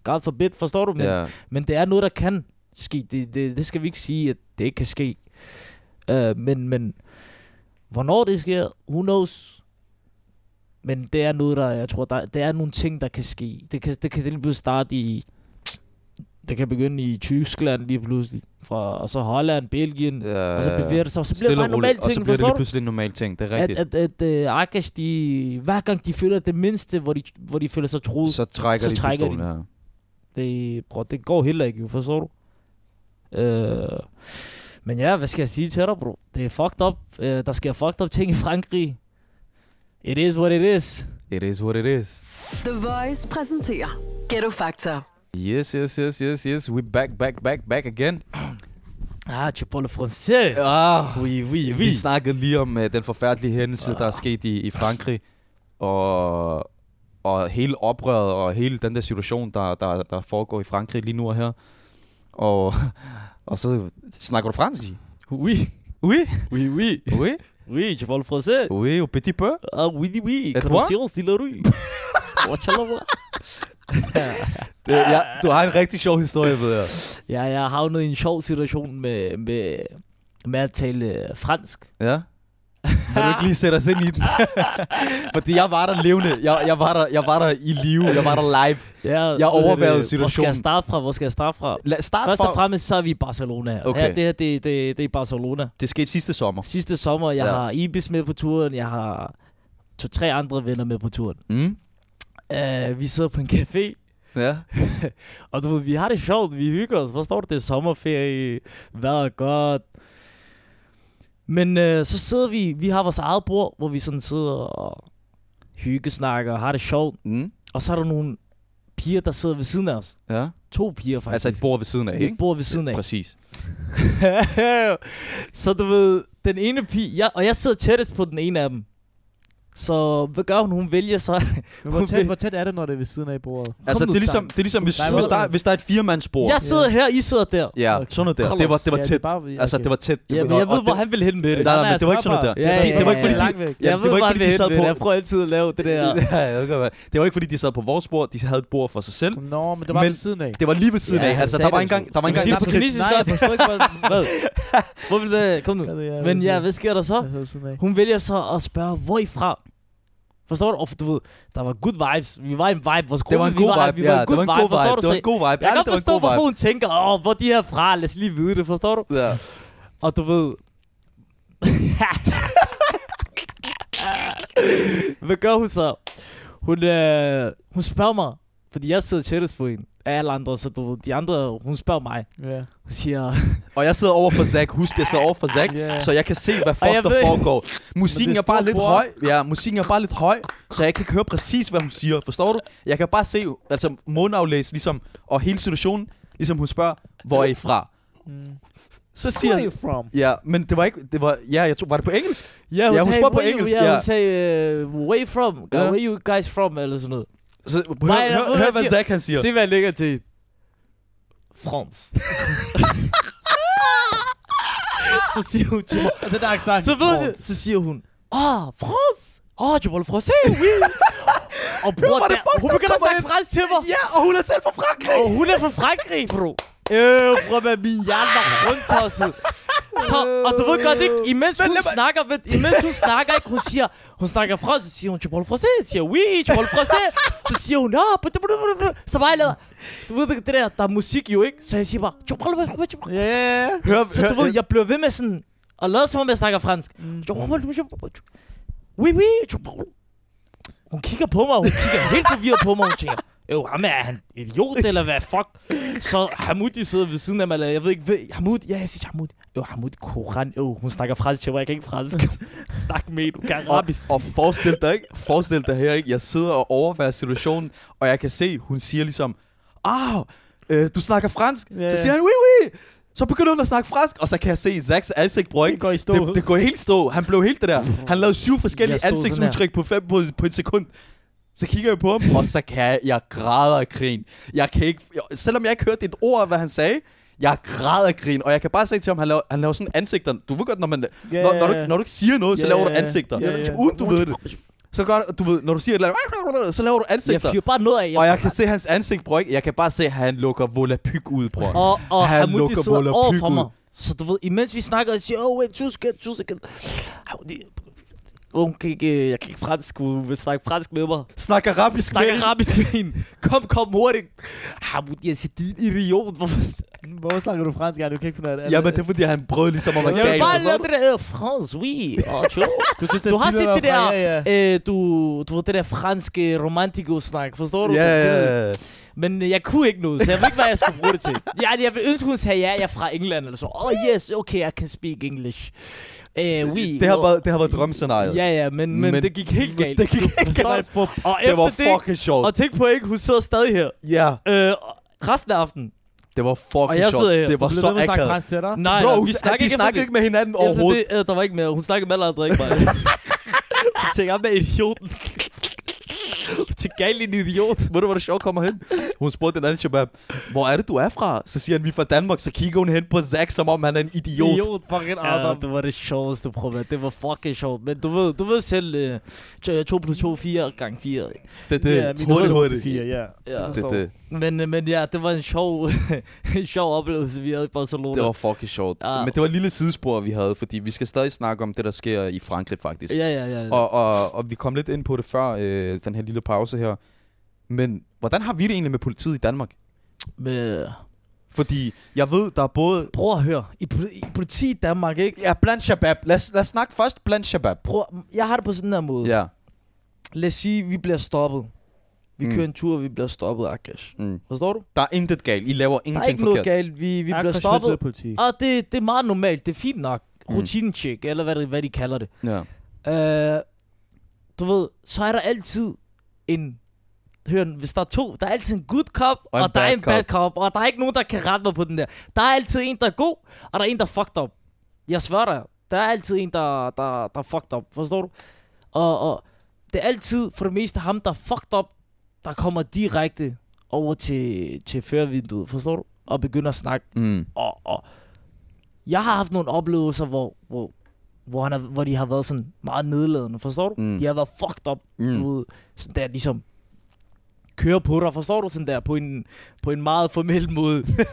God forbid, forstår du? Men,
Ja.
men det er noget, der kan ske. Det, det, det skal vi ikke sige, at det ikke kan ske. Uh, men, men hvornår det sker, who knows. Men det er noget, der, jeg tror, der, det er nogle ting, der kan ske. Det kan, det kan lige pludselig starte i... Det kan begynde i Tyskland lige pludselig. Fra, og så Holland, Belgien. Ja,
ja.
og så bevæger det sig. Så bliver
Stille
det bare
og
en normal
roligt, Og så
ting,
bliver det
forstår
lige
du?
pludselig en normal ting, det er
At,
rigtigt.
at, at uh, Arkas, de, hver gang de føler det mindste, hvor de, hvor de føler sig troet,
Så trækker
så
de
trækker
pistolen, ja.
det, bro, det går heller ikke, jo, forstår du? Øh, men ja, hvad skal jeg sige til dig, bro? Det er fucked up. Øh, der sker fucked up ting i Frankrig. It is what it is.
It is what it is.
The Voice præsenterer Ghetto Factor.
Yes, yes, yes, yes, yes. We back, back, back, back again.
Ah, Chipotle français.
Ah.
Oui, oui, oui.
Vi Ah. snakkede lige om uh, den forfærdelige hændelse, der er sket i, i Frankrig, og, og hele oprøret, og hele den der situation, der, der, der foregår i Frankrig lige nu og her. Og, og så snakker du fransk?
Oui,
Oui,
oui, oui.
oui,
Oui, Chipotle français.
oui, au petit peu.
Ah, oui, oui.
Et toi?
Connaissance de la rue. Watch out, bro.
Det, ja, du har en rigtig sjov historie, ved jeg.
Ja, jeg har havnet i en sjov situation med, med, med at tale fransk.
Ja. Kan du ikke lige sætte os ind i den? Fordi jeg var der levende. Jeg, jeg, var der, jeg var der i live. Jeg var der live.
Ja,
Jeg overvejede
Hvor skal jeg
situationen.
starte fra? Hvor skal jeg starte fra?
Lad, start
Først og
fra...
fremmest, så er vi i Barcelona. her.
Okay.
Ja, det her, det, det, det er i Barcelona.
Det skete sidste sommer.
Sidste sommer, jeg ja.
Ja.
har Ibis med på turen. Jeg har to-tre andre venner med på turen.
Mm.
Uh, vi sidder på en café,
Ja.
og du ved, vi har det sjovt. Vi hygger os. Forstår du, det er sommerferie. Vejret er godt. Men øh, så sidder vi, vi har vores eget bord, hvor vi sådan sidder og hyggesnakker og har det sjovt.
Mm.
Og så er der nogle piger, der sidder ved siden af os.
Ja.
To piger faktisk.
Altså et bord ved siden af,
et
ikke?
bord ved siden af.
Præcis.
så du ved, den ene pige, jeg, og jeg sidder tættest på den ene af dem. Så hvad gør hun? Hun vælger så...
Men hvor tæt, hvor tæt er det, når det er ved siden af bordet?
Altså,
Kom nu,
det er ligesom,
Stein.
det er ligesom hvis,
Nej,
hvis,
hvor-
der, hvis der er et firemandsbord.
Jeg sidder her, I sidder der.
Ja,
Okay.
sådan noget der.
Kom
Det var,
os.
det var
Ja,
tæt.
er bare-
Altså,
okay.
det var tæt.
Ja, men jeg ved, hvor han vil hen med det.
Nej, nej,
Han er
men det var ikke sådan
altså
noget der.
bare-
Det-
Ja,
det var ikke, fordi
ja, ja.
de,
langt væk.
Ja,
Jeg
det
ved,
var ikke,
hvor han
fordi
vil
de
hen
sad
med
på-
det. Jeg prøver altid at lave det der...
ja, det, kan være. det var ikke fordi, de sad på vores bord. De havde et bord for sig selv.
Nå, men det var
Men-
ved siden af.
Det var lige ved siden
Ja,
af.
han
Altså,
sagde
der var
det
ikke
jo.
engang... Der var
Skal
ikke
vi sige
engang...
det på kinesisk også?
Nej, jeg forstår ikke, hvor-
Hvad? Hvor vil det... Kom nu.
Hvad ved jeg,
Men
ved
ja,
jeg.
hvad sker der så?
Jeg sad ved siden af.
Hun vælger så at spørge, hvor I fra? Forstår du? Og du ved, der var good vibes. Vi var en vibe. Vores gruppe,
Det var en
vi
god
var,
vibe.
Vi
Ja,
var en
det
good
var en god
vibe. Forstår
vibe.
du?
Det var
Så
en god vibe.
Jeg kan
Ærligt,
godt
det var en
forstå,
god vibe.
hvorfor hun tænker, åh, hvor er de her fra? Lad os lige vide det, forstår du?
Ja.
Og du ved... Hvad gør hun så? Hun, øh, hun spørger mig, fordi jeg sidder tættest på hende af alle andre, så du, ved, de andre, hun spørger mig.
Ja.
Hun siger,
Og jeg sidder over for Zack. Husk, jeg sidder over for Zack,
Ja.
så jeg kan se, hvad
Og jeg
fuck der
ved-
foregår. Musikken
det
er bare
store
lidt
bord-
høj. Ja, musikken er bare lidt høj, så jeg kan ikke høre præcis, hvad hun siger. Forstår du? Jeg kan bare se, altså måneaflæs, ligesom, og hele situationen, ligesom hun spørger, hvor er I fra?
Mm.
Så siger
Where are
jeg,
you from?
ja, men det var ikke, det var, ja, jeg tror, var det på engelsk?
ja, hun
Ja, hun
sagde,
spørger på
where you-
engelsk,
ja,
ja.
hun sagde, uh, where you from? Girl,
Ja.
Where you guys from? Eller sådan noget.
Så hør,
Nej, jeg
hør,
ved,
hør,
hvad
hvad
siger-
Zack han siger.
Se, hvad jeg ligger til. France. så siger hun til mig,
Og det der accent.
så, ved jeg, så siger hun, ah, France. Ah, tu parles français, oui. og bror,
var det
der,
fuck,
hun
der
begynder at
kommer
snakke
ind.
fransk til mig.
Ja, og hun er selv fra Frankrig.
Og hun er fra Frankrig, bro. Øh, bror, man, min hjerne var rundtosset. Så, og du ved godt ikke, imens hun
lad mig-
snakker, ved, imens hun snakker, ikke, hun siger, hun snakker fransk, så siger hun, tu parles français, jeg siger, oui, tu parles français, så siger hun, ah, but- but- but- but- så bare jeg lader, du ved det der, der er musik jo, ikke? Så jeg siger bare, tu parles français, tu parles
Ja, ja, ja.
Hør, øh,
Så du ved, jeg blev ved med sådan, og lader som om jeg snakker fransk. Tu parles, tu parles, tu- Oui, oui, tu parles. Hun kigger på mig, hun kigger helt forvirret på mig, hun tænker, Øh, ham er han idiot, eller hvad fuck? Så Hamoudi sidder ved siden af mig, eller jeg ved ikke, ved, Hamoud, ja, jeg siger Hamoud. Øh, Hamoud, Koran, øh, hun snakker fransk til mig, jeg kan ikke fransk. Snak med, du kan
og,
arabisk.
og forestil dig, ikke? Forestil dig her, ikke? Jeg sidder og overværer situationen, og jeg kan se, hun siger ligesom, ah, øh, du snakker fransk.
Ja,
Så
ja.
siger han, oui, oui. Så begynder hun at snakke fransk, og så kan jeg se Zacks ansigt, bror,
Det
ikke?
går i stå.
Det, det går helt stå. Han blev helt det der. Han lavede syv forskellige
Jeg stod sådan her.
ansigtsudtryk på, fem, på, på et sekund. Så kigger jeg på ham, og så kan jeg, jeg græder af grin. Jeg kan ikke, jeg, selvom jeg ikke hørte et ord af, hvad han sagde, jeg græder af grin, og jeg kan bare se til ham, han laver, han laver sådan ansigter. Du ved godt, når, man,
Ja,
yeah. når, når, du,
ja, ja.
ikke- når du ikke siger noget, så
Ja,
laver du
ja, ja.
ansigter.
Ja, ja.
Uden du ved det. Så godt, du ved, når du siger et eller andet, så laver du
Jeg
ansigter.
fyrer bare noget af.
og jeg kan se hans ansigt, bror. ikke? Jeg kan bare se, at han lukker volapyk ud, bror.
og, og
Han
Hamoudi
lukker
sidder
Volapyk
over for
ud.
mig. Så du ved, imens vi snakker, jeg siger, oh, wait, two second, two second. Hamoudi, hun kan ikke, øh, jeg kan ikke fransk, hun vil snakke fransk med mig.
Snak arabisk med.
Snakke arabisk med hende. Kom, kom hurtigt. Hamoudi, jeg siger, din idiot, hvorfor
Hvorfor snakker du fransk? Ja, du kan ikke finde ud af det.
Ja, men det er, fordi han prøvede ligesom at være
Jeg vil
gal.
bare
forstår
lave
du?
det der, øh, France, oui, og tjo.
Du, synes,
Du har set det der,
Ja, ja.
øh, du, du ved, det der franske romantiko-snak, forstår du?
Ja, ja, ja.
Men øh, jeg kunne ikke noget, så jeg ved ikke, hvad jeg skulle bruge det til. Jeg, jeg vil ønske, hun sagde, ja, jeg er fra England, eller så. Oh yes, okay, I can speak English. Uh, we,
Det har været, det har været drømmescenariet.
Ja, ja, men, men,
Men-
men det gik helt galt.
Det gik ikke
Forstår
galt.
du? Og
Det var
efter det,
fucking sjovt.
og tænk på ikke, hun sidder stadig her.
Ja,
Øh, resten af aftenen.
det var
Og
fucking
jeg sidder her.
sjovt. Det var
Du blev
så
ved med at snakke
akavet.
fransk til dig.
Nej,
Bro,
nej, vi
de
snakkede ikke, efter
snakkede
det.
ikke med hinanden
Efter
overhovedet.
det, øh, der var ikke mere. Hun snakkede med alle andre, ikke mig. Hun tænker, ham er idioten. Hun tænker, gal en idiot.
Ved du, hvor det sjovt kommer hen? Hun spurgte den anden shabab, hvor er det, du er fra? Så siger han, vi er fra Danmark. Så kigger hun hen på Zack, som om han er en idiot.
Idiot, fucking
Ja,
Adam.
det var det sjoveste problem. Det var fucking sjovt. Men du ved, du ved selv, øh, t- 2 plus 2, 4 gange 4. ikke?
Det er det. Hurtigt, hurtigt.
Fire, ja.
Ja.
Det er det.
Men, øh, men ja, det var en sjov, en sjov oplevelse, vi havde i Barcelona.
Det var fucking sjovt.
Ja.
Men det var et lille sidespor, vi havde, fordi vi skal stadig snakke om det, der sker i Frankrig, faktisk.
Ja, ja, ja.
Og, og, og vi kom lidt ind på det før øh, den her lille pause her. Men hvordan har vi det egentlig med politiet i Danmark?
Med,
Fordi jeg ved, der er både...
prøv at høre. I, poli- i politi i Danmark, ikke?
Ja, blandt shabab. Lad os, lad os snakke først blandt shabab.
Prøv, jeg har det på sådan her måde.
Ja.
Lad os sige, vi bliver stoppet. Vi
Mm.
kører en tur, vi bliver stoppet, Akash.
Mm.
Forstår du?
Der er intet galt. I laver
Der
ingenting
er ikke
forkert.
noget galt. Vi, vi
Jeg
bliver
kan
stoppet.
spørge til politi.
Og det, det er meget normalt. Det er fint nok.
Mm.
Rutinecheck, eller hvad, det, hvad de kalder det.
Ja.
Øh, du ved, så er der altid en... Hør, hvis der er to, der er altid en good cop,
Og
og,
en
og der er
bad
en bad cop, og der er ikke nogen, der kan rette mig på den der. Der er altid en, der er god, og der er en, der er fucked up. Jeg sværger dig, der er altid en, der, der, der er fucked up, forstår du? Og, og, det er altid for det meste ham, der er fucked up, der kommer direkte over til, til førervinduet, forstår du? Og begynder at snakke.
Mm.
Og, og jeg har haft nogle oplevelser, hvor, hvor, hvor, han er, hvor de har været sådan meget nedladende, forstår du?
Mm.
De har været fucked up, mm.
Mm.
du ved, sådan der ligesom kører på dig, forstår du sådan der, på en, på en meget formel måde. det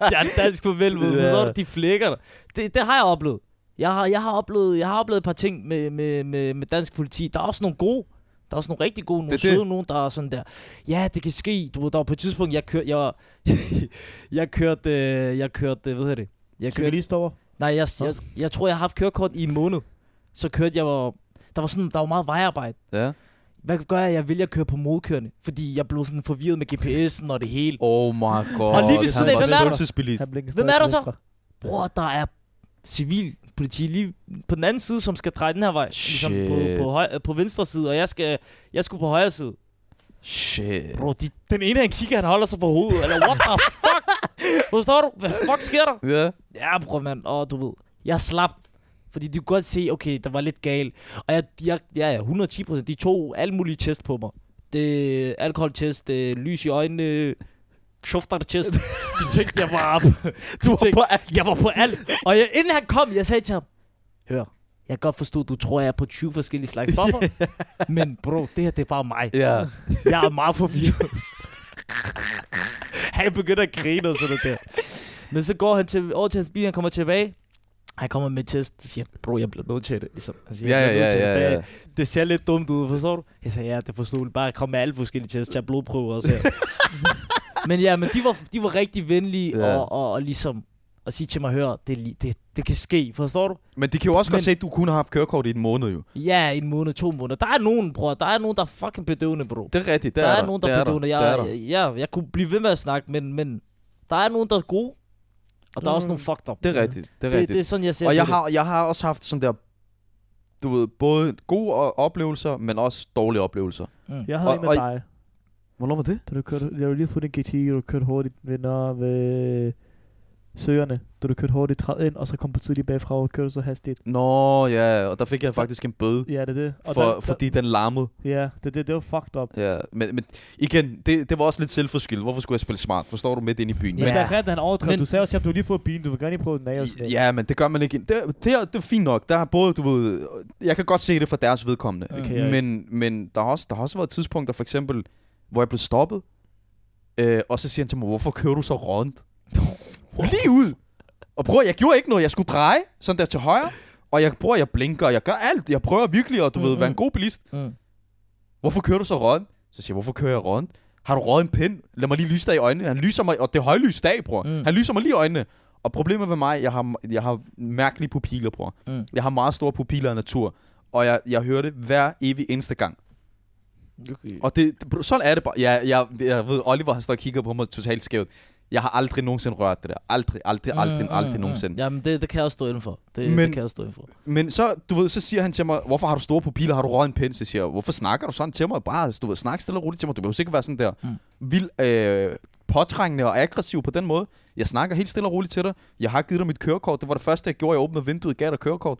er en dansk formel måde,
Ja.
forstår du? De flækker dig. Det, det har jeg oplevet. Jeg har, jeg har oplevet. jeg har oplevet et par ting med, med, med, med dansk politi. Der er også nogle gode. Der er også nogle rigtig gode, nogle
Det er det.
søde, nogle der er sådan der. Ja, det kan ske. Du ved, der var på et tidspunkt, jeg kørte, jeg, var- jeg kørte, øh, jeg kørte, øh, hvad hedder det? Jeg
Skal vi
kørte,
lige stå over?
nej, jeg, jeg, jeg tror, jeg har haft kørekort i en måned. Så kørte jeg, hvor, der var sådan, der var meget vejarbejde
Ja.
hvad gør jeg? Jeg vælger at køre på modkørende, fordi jeg blev sådan forvirret med GPS'en og det hele.
Oh my god.
Og lige ved siden af, hvem er der?
der?
Han blinker
Hvem
stadig
er der
til
så?
venstre.
Bror, der er civil politi lige på den anden side, som skal dreje den her vej. Ligesom
Shit.
på, på, høj, på venstre side, og jeg, skal, jeg skulle på højre side.
Shit.
Bro, de, den ene han kigger, han holder sig for hovedet. Eller what the fuck? Forstår du? Hvad fuck sker der?
Ja.
Ja, bror, mand. Og du ved, jeg slap. Fordi du kunne godt se, okay, der var lidt gal. Og jeg, jeg, ja, ja, 110 procent. De tog alle mulige test på mig. Det alkoholtest, det lys i øjnene, test. De tænkte, jeg var op. Du var på alt. Jeg var på alt. Og jeg, inden han kom, jeg sagde til ham, hør, jeg kan godt forstå, du tror, jeg er på 20 forskellige slags stoffer. men bro, det her, det er bare mig.
Ja.
Jeg er meget forvirret. han begynder at grine og sådan noget der. Men så går han til, over til hans bil, han kommer tilbage. Han kommer med test, og siger, bro, jeg bliver nødt til det. Ligesom, han siger,
Ja,
jeg
ja,
bliver
ja,
nødt til
ja,
det.
ja.
Det ser lidt dumt ud, forstår du? Jeg sagde, ja, det er forståeligt. Bare kom med alle forskellige tests, jeg blodprøver og så. Men ja, men de var, de var rigtig venlige
Ja.
ja. og, og, og, ligesom at sige til mig, hør, det, er li- det, det kan ske, forstår du?
Men det kan jo også godt
Men-
se, at du kun har haft kørekort i en måned jo.
Ja, en måned, to måneder. Der er nogen, bror. Der er nogen, der er fucking bedøvende, bro.
Det er rigtigt.
der,
Det
der er,
der.
nogen,
Det
der
er
bedøvende.
der.
Jeg,
Det er der.
jeg, jeg, jeg kunne blive ved med at snakke, men, men der er nogen, der er gode, og der er også
Mm.
nogle fucked up.
Det er rigtigt. Det er
Det,
rigtigt.
det er sådan, jeg ser
Og
på
jeg
det.
har, jeg har også haft sådan der, du ved, både gode o- oplevelser, men også dårlige oplevelser.
Mm.
Jeg havde
Og-
en med
og-
dig.
Hvornår var det?
Da du kørte, da du lige har fået en GT, og du kørte hurtigt ved, når, ved søgerne. Da du kørte hurtigt træd ind, og så kom på tidligt bagfra, og kørte så hastigt.
Nå ja, og der fik jeg faktisk en bøde,
Ja, det er det. Og
for,
der, der,
fordi den larmede.
Ja, det, det, det var fucked up.
Ja, men, men igen, det, det var også lidt selvforskyldt. Hvorfor skulle jeg spille smart? Forstår du midt ind i byen?
Men
Ja.
ja. der er ret, han overdrev.
Men-
Du sagde også, at du har lige fået bilen, du vil gerne lige prøve den af. og sådan noget.
Ja, men det gør man ikke. Det, det, er, det er fint nok. Der er både, du ved, jeg kan godt se det for deres vedkommende.
Mm.
Okay, ja.
Men, men der, har også, der har også været tidspunkter, for eksempel, hvor jeg blev stoppet, øh, og så siger han til mig, hvorfor kører du så rundt? Lige ud! Og bror, jeg gjorde ikke noget. Jeg skulle dreje sådan der til højre, og jeg bruger, jeg blinker, jeg gør alt. Jeg prøver virkelig at, du ved,
Mm,
være
mm.
en god bilist.
Mm.
Hvorfor kører du så rundt? Så siger jeg, hvorfor kører jeg rundt? Har du røget en pind? Lad mig lige lyse dig i øjnene. Han lyser mig, og det er højlys dag, bror.
Mm.
Mm. Han lyser mig lige i øjnene. Og problemet med mig, jeg har, jeg har mærkelige pupiller, bror.
Mm.
Mm. Jeg har meget store pupiller af natur. Og jeg, jeg hører det hver evig eneste gang.
Okay.
Og det, det- sådan er det bare. Jeg, jeg, jeg ved, Oliver han står og kigger på mig totalt skævt. Jeg har aldrig nogensinde rørt det der. Aldrig, aldrig, aldrig, mm, aldrig mm, nogensinde.
Jamen, det, det kan jeg også stå indenfor. Det, men,
Men-
det kan jeg også stå indenfor.
Men så, du ved, så siger han til mig, hvorfor har du store pupiller, har du røget en pind? Så siger jeg, hvorfor snakker du sådan til mig? Bare, altså, du ved, snak stille og roligt til mig. Du behøver ikke være sådan der mm. vild, øh, påtrængende og aggressiv på den måde. Jeg snakker helt stille og roligt til dig. Jeg har givet dig mit kørekort. Det var det første, jeg gjorde. Jeg åbnede vinduet, gav dig kørekort.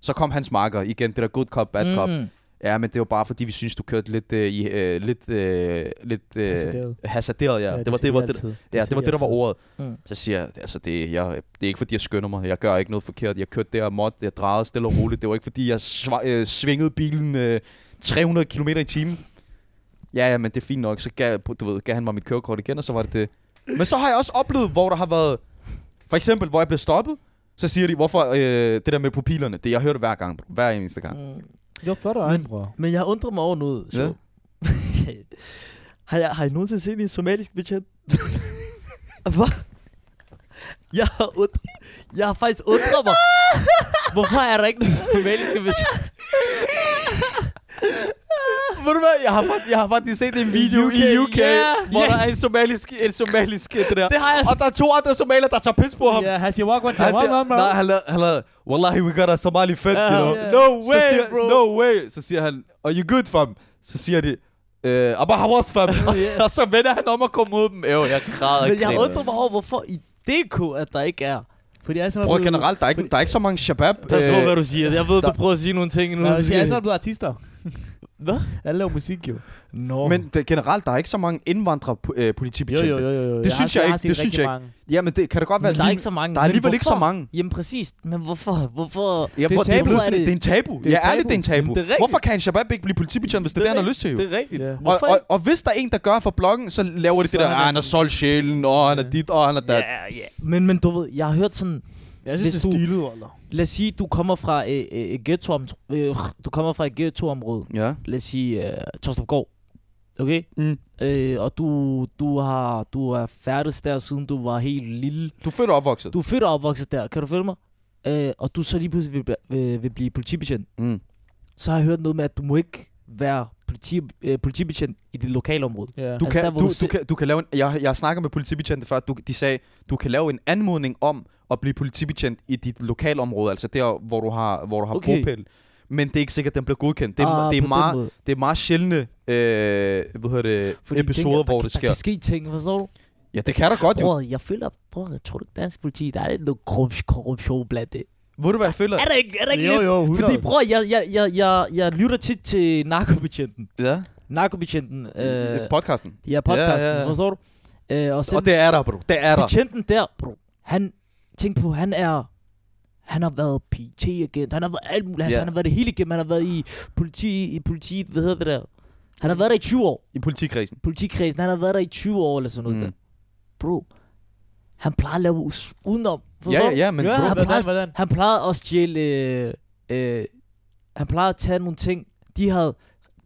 Så kom hans marker igen, det der good cop, bad cop.
Mm.
Ja, men det var bare fordi, vi synes du kørte lidt, øh, i, øh, lidt, øh, lidt øh,
Hasarderet.
hasarderet. Ja. det, var,
siger
det, var,
de
det,
altid.
Ja, det,
siger
var
de
det, der var
altid.
ordet.
Mm.
Mm. Så siger jeg, altså det, jeg, det er ikke fordi, jeg skynder mig. Jeg gør ikke noget forkert. Jeg kørte der mod, jeg drejede stille og roligt. Det var ikke fordi, jeg sv- øh, svingede bilen øh, 300 km i timen. Ja, ja, men det er fint nok. Så gav, du ved, gav han mig mit kørekort igen, og så var det det. Men så har jeg også oplevet, hvor der har været... For eksempel, hvor jeg blev stoppet. Så siger de, hvorfor øh, det der med pupillerne. Det, jeg hører det hver gang, bro. Hver eneste gang.
Mm.
Det var flot øjne, bror.
Men jeg undrer mig over noget. Ja.
Ja.
har, jeg, har I nogensinde set en somalisk betjent? Hvad? Jeg har, undret, jeg har faktisk undret mig. Hvorfor er der ikke nogen somaliske betjent?
Ved du hvad, jeg har, fakt- jeg har faktisk set en video
UK,
i UK,
ja,
hvor
ja.
der er en somalisk, en somalisk øh, det der.
Det har jeg
Og der er to andre somalier, der tager pis på ham.
Ja, han siger, walk one
Han
time,
siger,
one
nej, han lavede, han lavede, Wallahi, we got a Somali fed, you know.
Ja.
No
way,
så siger,
bro.
No way. Så siger han, are you good, fam? Så siger de, øh, Abba Hawas, fam.
Yeah.
Og så vender han om at komme mod dem. Jo, jeg græder
Men jeg
griner.
undrer mig over, hvorfor i DK, at der ikke er
Fordi alle sammen
Bror,
blevet-
generelt, der er ikke, der er ikke så mange shabab.
Pas på,
øh,
hvad du siger. Jeg ved, du
der-
prøver at sige nogle ting nu. Det
Nej, de er alle
skal-
sammen blevet artister.
Hvad?
Alle laver musik jo.
Nå.
men det, generelt, der er ikke så mange øh, indvandrerpolitibetjente.
jo, jo.
Det synes jeg ikke, det synes jeg
ikke.
Jamen, det kan det godt være.
Men der er
lige-
ikke så mange.
der er
Men
alligevel ikke så
hvorfor?
mange.
Jamen præcis. Men hvorfor? Hvorfor?
Ja,
Det er
bror, det, er
tabu.
blevet
Hvorfor
sådan,
er
det, det er en tabu.
er
ja,
tabu.
ærligt, det er en
Jamen,
tabu.
det er rigtigt.
Hvorfor kan en shabab ikke blive politibetjent, hvis det er det, han har lyst til? jo?
Det er rigtigt.
Ja.
Og,
Hvorfor
og,
ikke?
og hvis der er en, der gør for bloggen, så laver de
Så
det der,
er
ah,
det-
han har solgt sjælen, og han er dit, og han er dat.
Ja, ja. Men, men du ved, jeg har hørt sådan...
Jeg synes,
Hvis
det er
du-
stilet, eller?
Lad os sige, du kommer fra øh, øh, et ghettoområde. Øh, du kommer fra et ghettoområde.
Ja.
Lad os sige øh, Torstrup Gård. Okay?
Mm.
Øh, og du, du, har, du er færdes der, siden du var helt lille.
Du er født og opvokset.
Du er født og opvokset der. Kan du følge mig? Øh, og du så lige pludselig vil, bl- øh, vil blive politibetjent.
Mm.
Så har jeg hørt noget med, at du må ikke være politi, øh, politibetjent i dit lokale område.
Ja.
Du,
Altså,
kan,
der,
du,
hvor
du,
du se-
kan, du kan lave en, jeg, jeg snakker med politibetjente før, du, de sagde, du kan lave en anmodning om at blive politibetjent i dit lokalområde, altså der, hvor du har, hvor du har okay.
Okay.
bopæl. Men det er ikke sikkert, at den bliver godkendt. Det er,
Ah,
ah, det
på
er,
den
meget,
måde.
det er meget sjældne øh, hvad hedder det,
Fordi
episoder,
der,
hvor
der,
det
Der
sker.
kan ske ting, forstår du?
Ja, det kan der godt jo.
Bror, jeg føler, bror, jeg tror du ikke dansk politi, der er lidt noget korrup- korruption blandt det.
Ved du, hvad jeg føler?
Er der ikke, er der ikke
Jo,
lidt?
jo, 100.
Fordi bror, jeg, jeg, jeg, jeg, jeg lytter tit til narkobetjenten.
Ja,
Narkobetjenten, øh,
øh, podcasten.
ja, podcasten,
ja,
ja,
ja.
ja. forstår du? Øh, og, selv,
Og det er der, bro. Det er der.
Betjenten der, bro, han, tænk på, han er, han har været pt agent han har været alt muligt, altså,
Ja.
han har været det hele igennem, han har været i politi, i politiet, hvad hedder det der? Han har været der i 20 år,
I politikredsen.
politikredsen, han har været der i 20 år eller sådan noget
Mm.
mm. der. Bro, han plejer at lave us- udenom, forstår
Ja,
du?
ja, men
Ja,
bro,
han
hvordan,
plejer-
hvordan?
Han plejede at stjæle, øh, øh, han plejede at tage nogle ting, de havde,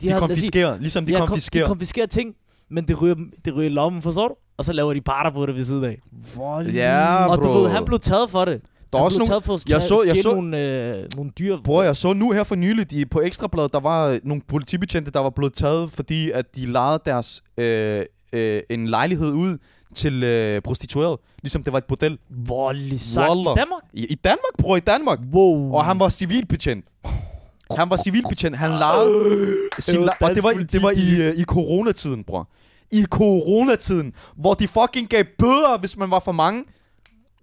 de
havde, lad os sige-
konfiskerer, ligesom de
ja, kon-
konfiskerer.
De konfiskerer ting, men det ryger, det ryger i lommen, forstår du? Og så laver de parter på det ved siden af.
Voldelig.
Ja,
Og du
Ah, bro.
ved, han blev taget for det.
Der er
han
også
blev
nogle...
taget for at
jeg
stjæ-
så- jeg
stjæle
så-
nogle, øh, nogle dyr.
Bror, jeg så nu her for nylig de, på Ekstrabladet, der var øh, nogle politibetjente, der var blevet taget, fordi at de lejede deres, øh, øh, en lejlighed ud til øh, prostitueret, ligesom det var et bordel.
Voldelig sagt.
Wallah.
I Danmark?
I, I Danmark, bror, i Danmark.
Wow.
Og han var civilbetjent. Han var civilbetjent. Han lejede
Øh,
sin
jo
lej- Og det
dansk
var, i- det var
politi,
i, øh, i coronatiden, bror. I coronatiden, hvor de fucking gav bøder, hvis man var for mange.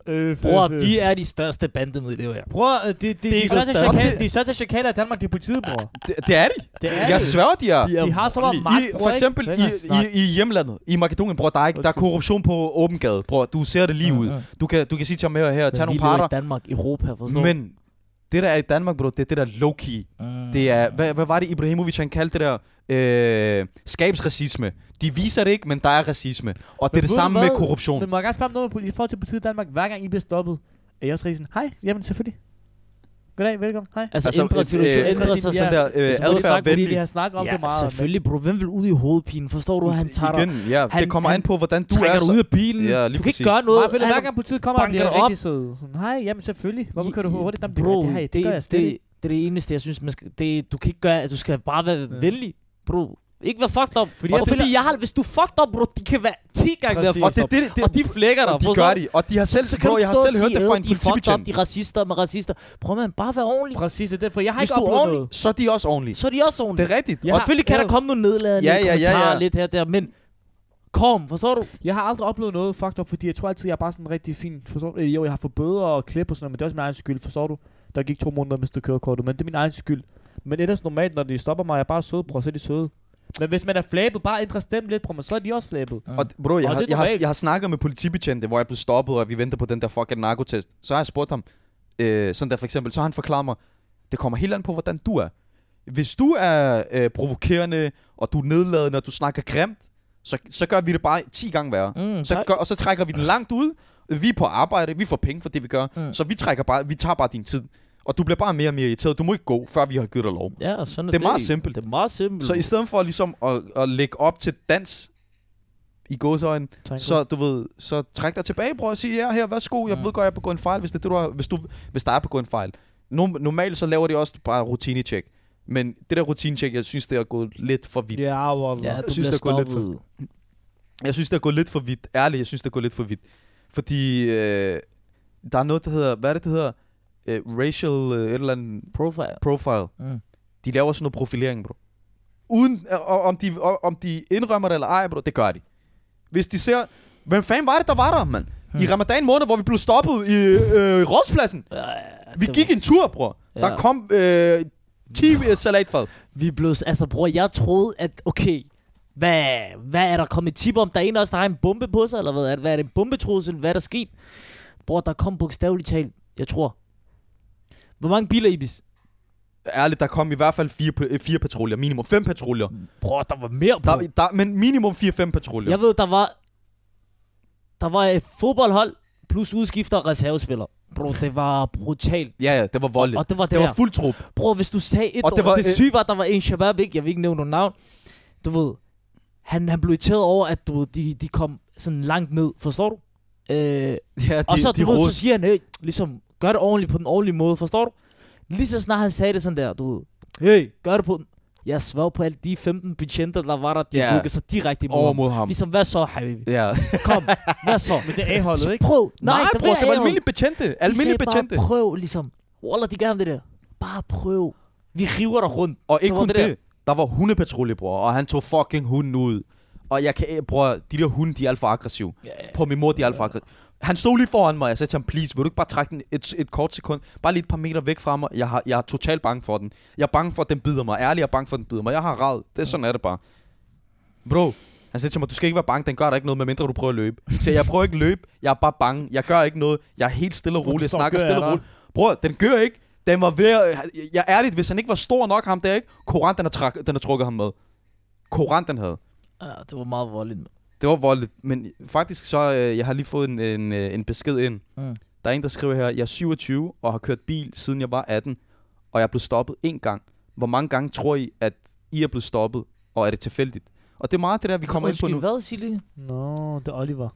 Øh, fø,
Bror,
fø.
de er de største bandemedlemmer.
Bror, øh, det, det, det,
ikke
de, er så
så
til
stærkt.
chakal, de er så til chakaler i Danmark, det er politiet, bror.
Det, det er de.
Det
Jeg sværger, de er.
De har så meget magt,
I,
bror,
for
ikke?
eksempel
Den
i,
her snak.
i, i hjemlandet, i Makedonien, bror, der er, ikke, der er korruption på åben gade, bror. Du ser det lige
Mm,
ud.
mm.
Du kan, du kan sige til ham her, her tag
Men
nogle
vi lever i
parter.
Danmark, Europa, forstår du?
Men det, der er i Danmark, bror, det er det der low-key.
Mm.
Det er, hvad, hvad var det Ibrahimovic, han kaldte det der? Øh, skabsracisme. De viser det ikke, men der er racisme. Og det er
Men
det
ved du
samme med
hvad? Men
korruption.
må jeg gerne spørge om noget med politi- i forhold til politiet i Danmark, hver gang I bliver stoppet? Er jeg også rigtig sådan, hej, jamen selvfølgelig. Goddag, velkommen, hej.
Altså, altså ændrer
øh,
situation,
øh,
ændrer sig.
sådan
så-
sådan der øh,
så må de
adfærd
snakke,
Fordi vi
venlig.
har snakket om det
Ja,
meget.
selvfølgelig, bro. Hvem vil ud i hovedpinen? Forstår du, han tager dig,
Igen, ja.
han-
Det kommer an
han
på, hvordan du
trækker
er.
dig ud
Så.
af bilen?
Ja, lige
du kan ikke
præcis.
gøre
Men
noget.
jeg føler,
Han-
hver gang politiet kommer, og
banker
bliver
dig op.
rigtig sød. Sådan, Hej, jamen selvfølgelig. Hvorfor kører du hurtigt? Jamen, det,
Bro,
det, her, det, gør jeg
det,
slet
det,
ikke.
det er det eneste, jeg synes, man skal, det, du kan ikke gøre, at du skal bare være
Ja.
venlig, bro. Ikke være fucked up. Fordi
jeg
og fordi
føler-
jeg har, hvis du er fucked up, bro, de kan være 10 gange mere
Præcis.
Og
fucked
det,
up.
det, det, det,
Og de flækker dig.
de
forstår
gør
du?
de. Og de har selv,
Så kan
bro,
du
jeg har
stå og
selv hørt
sige,
det fra
"Øh,
en
de er fucked up,
politibetjent.
de er racister med racister. Prøv man, bare være ordentlig.
Præcis, det er derfor. Jeg har
Hvis
ikke
du er
oplevet
ordentlig-
noget.
Så er de også ordentlige.
Så er de også ordentlige.
Det er rigtigt.
Ja.
Og Selvfølgelig kan
Ja.
der komme nogle nedladende
Ja, ja, ja,
kommentarer
ja.
lidt her og der, men kom, forstår du?
Jeg har aldrig oplevet noget fucked up, fordi jeg tror altid, jeg er bare sådan rigtig fin. Forstår du? Øh, Jo, jeg har fået bøder og klip og sådan noget, men det er også min egen skyld, forstår du? Der gik to måneder, mens du kørekortet, men det er min egen skyld. Men ellers normalt, når de stopper mig, jeg er bare sød, bror, så er de søde. Men hvis man er flabet, bare ændre stemmen lidt, bror, men så er de også flabet.
Og d- bro, jeg,
Og
har,
det er
jeg, har,
normalt.
jeg har snakket med politibetjente, hvor jeg blev stoppet, og vi venter på den der fucking narkotest. Så har jeg spurgt ham, øh, sådan der for eksempel, så har han forklaret mig, det kommer helt an på, hvordan du er. Hvis du er øh, provokerende, og du er nedladende, og du snakker grimt, så, så gør vi det bare 10 gange værre.
Mm,
Så
tak.
gør, og så trækker vi den langt ud. Vi er på arbejde, vi får penge for det, vi gør.
Mm.
Så vi, trækker bare, vi tager bare din tid. Og du bliver bare mere og mere irriteret. Du må ikke gå, før vi har givet dig lov.
Ja, sådan
Det er meget simpelt.
Det er meget simpelt.
Så i stedet for ligesom at, at lægge op til dans i gåsøjne,
Tak.
så du ved, så træk dig tilbage, bror, og sig, ja, her, værsgo, jeg
Mm.
ved godt, jeg er på en fejl, hvis, det, er det, du har, hvis, du, hvis der er på en fejl. Norm- normalt så laver de også bare rutinetjek. Men det der rutinetjek, jeg synes, det er gået lidt for vidt. Yeah.
Ja, wallah.
ja,
Jeg
du
synes,
bliver
det er gået lidt for-
stoppet.
Jeg synes, det er gået lidt for vidt. Ærligt, jeg synes, det er gået lidt for vidt. Fordi øh, der er noget, der hedder, hvad er det, det hedder? Øh, racial øh, et eller andet
Profile.
profile.
Mm.
De laver sådan noget profilering, bro. Uden, øh, og- og, om, de, og, om de indrømmer det eller ej, bro, det gør de. Hvis de ser, hvem fanden var det, der var der, mand? I
Hmm.
ramadan måned, hvor vi blev stoppet i øh, rådspladsen.
Øh,
Vi
det
gik en tur, bror.
Ja.
Der kom øh, 10 salatfad.
Vi blev... Altså, bror, jeg troede, at... Okay, hvad, hvad er der kommet tip om? Der er en af os, der har en bombe på sig, eller hvad? Er det, hvad er det en bombetrussel? Hvad er der sket? Bror, der kom bogstaveligt talt, jeg tror. Hvor mange biler, Ibis?
Ærligt, der kom i hvert fald fire, pa- øh, fire patruljer. Minimum fem patruljer.
Bror, der var mere på.
Der, der, men minimum 4-5 patruljer.
Jeg ved, der var... Der var et fodboldhold, plus udskifter og reservespiller. Bro, det var brutalt.
Ja, ja, det var voldeligt.
Og det var det,
det var
der.
fuld trup.
Bro, hvis du sagde et
Og
og
det
det,
var,
år, det
øh,
syge var, at der var en shabab, ikke? Jeg vil ikke nævne nogen navn. Du ved, han, han blev irriteret over, at du ved, de, de kom sådan langt ned. Forstår du? Øh,
Ja, de,
og så,
de
du ved,
rod-
så siger han, øh, ligesom, gør det ordentligt på den ordentlige måde. Forstår du? Lige så snart han sagde det sådan der, du ved, hey, gør det på den. Jeg svær på alle de 15 betjenter, der var der, de
Ja.
yeah. rykkede sig direkte imod
over
ham.
mod ham.
Ligesom, hvad så, Habibi?
Ja.
Kom, hvad så?
Men det er A-holdet,
Så
ikke?
prøv. Nej,
Nej,
der
bror, det var
A-holdet.
almindelige betjente.
De
Almindelige
sagde
betjente.
Bare prøv, ligesom. Wallah, de gav ham det der. Bare prøv. Vi river dig rundt.
Og ikke
Det var
kun det,
det der.
der. der var hundepatrulje, bror, og han tog fucking hunden ud. Og jeg kan, bror, de der hunde, de er alt for aggressive.
Ja, ja.
På min mor, de er alt for aggressive. Han stod lige foran mig, og jeg sagde til ham, please, vil du ikke bare trække den et, et kort sekund? Bare lige et par meter væk fra mig. Jeg, har, jeg er totalt bange for den. Jeg er bange for, at den bider mig. Ærligt, jeg er bange for, at den bider mig. Jeg har rad. Det er sådan er det bare. Bro, han sagde til mig, du skal ikke være bange, den gør dig ikke noget, medmindre du prøver at løbe. Så jeg prøver ikke at løbe, jeg er bare bange, jeg gør ikke noget, jeg er helt stille og
Hvor
rolig, jeg
stor
snakker
gør
stille
jeg
og roligt. Bror, den gør ikke, den var ved at, jeg er ærligt, hvis han ikke var stor nok ham der, ikke? Koran, den har, trak, den har trukket ham med. Koran, den havde.
Ja, det var meget voldeligt. mand.
Det var voldeligt, men faktisk så, øh, jeg har lige fået en, en, øh, en besked ind.
Mm.
Der er en, der skriver her, jeg er 27 og har kørt bil, siden jeg var 18, og jeg er blevet stoppet én gang. Hvor mange gange tror I, at I er blevet stoppet, og er det tilfældigt? Og det er meget det der, vi kommer ind på
Undskyld,
nu.
hvad, sig lige?
Nå, det er Oliver.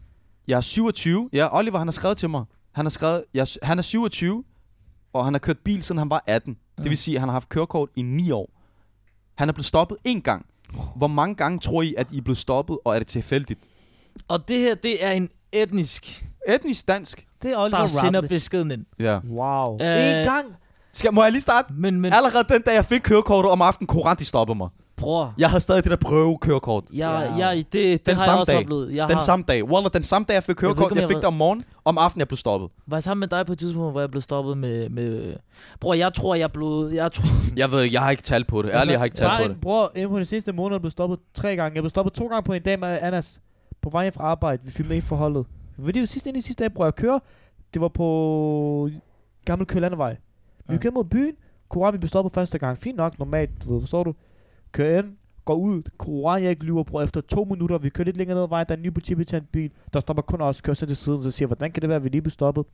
Jeg er 27. Ja, Oliver, han har skrevet til mig. Han har skrevet, jeg, er s- han er 27, og han har kørt bil, siden han var 18. Mm. Det vil sige, at han har haft kørekort i 9 år. Han er blevet stoppet én gang. Hvor mange gange tror I, at I er blevet stoppet, og er det tilfældigt?
Og det her, det er en etnisk,
Etnisk dansk.
Det er
der
Oliver
sender beskeden ind.
Ja.
Wow.
Øh,
en gang.
Skal, må jeg lige starte?
Men, men,
Allerede den dag, jeg fik kørekortet om aftenen, Koran, de stoppede mig.
bror.
Jeg havde stadig det der prøvekørekort.
Jeg,
Ja.
jeg, det, det
Den
har jeg
samme
også
dag.
oplevet. Jeg
Den
har
samme dag. Wallah, den samme dag, jeg fik
ved ikke,
kørekort,
om
jeg
jeg
fik
ved-
det om morgenen. Om aftenen, jeg blev stoppet.
var sammen med dig på et tidspunkt, hvor jeg blev stoppet med... med bror, jeg tror, jeg blev... Jeg tror,
Jeg ved ikke, jeg har ikke tal på det.
Altså,
Ærligt, jeg har ikke tal
Altså, bare
på
en
det.
bror, inden på de sidste måneder blev stoppet tre gange. Jeg blev stoppet to gange på en dag med Anas. På vej hjem fra arbejde. Vi filmede en forholdet. Men det var sidste ind i sidste dag, bror. Jeg kører. Det var på Gammel Kølandevej. Vi
Ja.
kører mod byen. Koran, vi blev stoppet første gang. Fint nok, normalt, du ved, forstår du? Kører ind, går ud. Koran, jeg ikke lyver, bror. Efter to minutter, vi kører lidt længere ned ad vejen. Der er en ny politibetjent bil. Der stopper kun os. Kører så til siden, så siger, hvordan kan det være, at vi lige blev stoppet?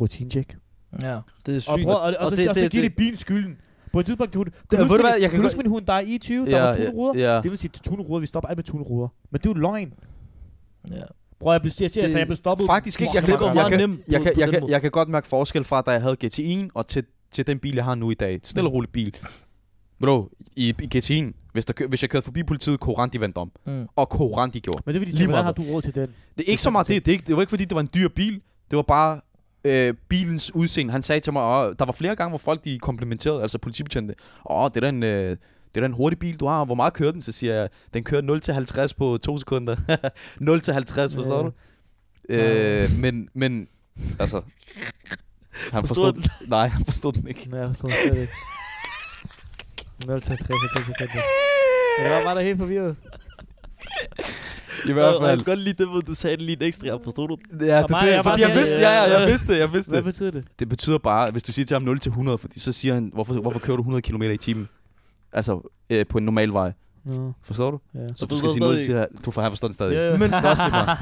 Rutincheck.
ja, det er sygt.
Og, bror, og, og, og, så,
det-
og så
det-
giver de
det-
bilen skylden. På et tidspunkt, kan du, kan
ved
du huske,
du hvad,
min-
jeg kan
kan du
godt-
huske min hund, der er i 20, der var tunede ruder?
ja,
Det vil sige, til tunede ruder, vi stopper alt med tunede ruder. Men det er jo løgn.
Ja.
Bror, jeg blev, jeg siger,
Det-
altså, jeg blev stoppet.
Faktisk ikke. Jeg
Fuck,
kan,
det går
jeg,
meget
kan,
nemt på-
jeg, kan,
på
jeg,
den
kan,
måde.
jeg kan godt mærke forskel fra, da jeg havde GTI'en, og til, til den bil, jeg har nu i dag. Et Stille og rolig bil. Bro, i, i GTI'en, hvis, der, kø- hvis jeg kørte forbi politiet, Koran de vandt om.
Mm.
Og Koran de gjorde.
Men det er fordi,
Lige
Lige hvordan
meget.
har du råd til den?
Det er ikke så meget det. Det, er ikke, det var ikke fordi, det var en dyr bil. Det var bare øh, bilens udseende. Han sagde til mig, åh, der var flere gange, hvor folk de komplimenterede, altså politibetjente. Åh, det er da en... Øh, det er da en hurtig bil, du har. Hvor meget kører den? Så siger jeg, den kører 0-50 på to sekunder. 0-50, forstår
Ja.
du? Øh, men, men, altså... Han
Forstod
forstod, den. Nej, han forstod den ikke.
Nej, jeg forstår det slet ikke. 0 til 3 til 3 sekunder. Jeg var bare der helt forvirret.
I
Og-
hvert
Øh, og Jeg
fald.
kan godt lide det, hvor du sagde det lige en ekstra gang, forstod du?
Ja, det,
bare-
det,
jeg
jeg, fordi
bare
jeg
sagde-
vidste, ja, ja, jeg vidste, det, jeg vidste.
Hvad
det.
betyder det?
Det betyder bare, at hvis du siger til ham 0-100, til 100, fordi så siger han, hvorfor, hvorfor kører du 100 km i timen? Altså, øh, på en normal vej.
Nå,
Forstår du?
ja.
Så
Og
du
du
skal
står
sige 0
stadig-
siger han, du får han forstår det stadig.
Ja, ja.
Men det er også lige meget.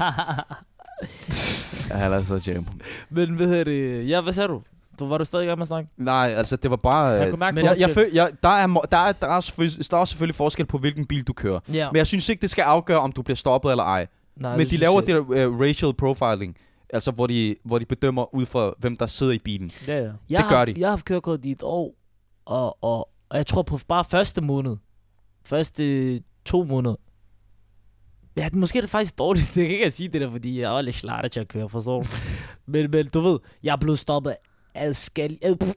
Ja, han er så jam.
Men hvad hedder det? Ja, hvad sagde du? Du var du stadig i gang med at snakke?
Nej, altså det var bare...
Jeg
øh,
kunne mærke
Men jeg, jeg
forskel.
føl, jeg, der, er, må- der, er, der, er selvfølgelig, der er selvfølgelig forskel på, hvilken bil du kører.
Ja.
Men jeg synes ikke, det skal afgøre, om du bliver stoppet eller ej.
Nej,
Men
det
de
synes
laver
jeg
det der uh, racial profiling. Altså, hvor de, hvor de bedømmer ud fra, hvem der sidder i bilen.
Ja, ja.
Jeg
Det
har,
gør de.
Jeg har haft kørekort i et år, og, og, og jeg tror på bare første måned, første øh, to måneder, Ja, det- måske er det faktisk dårligt. Det kan ikke jeg sige det der, fordi jeg var lidt slartet til at køre, forstår du? men, men du ved, jeg er blevet stoppet af skal... Ad, pff,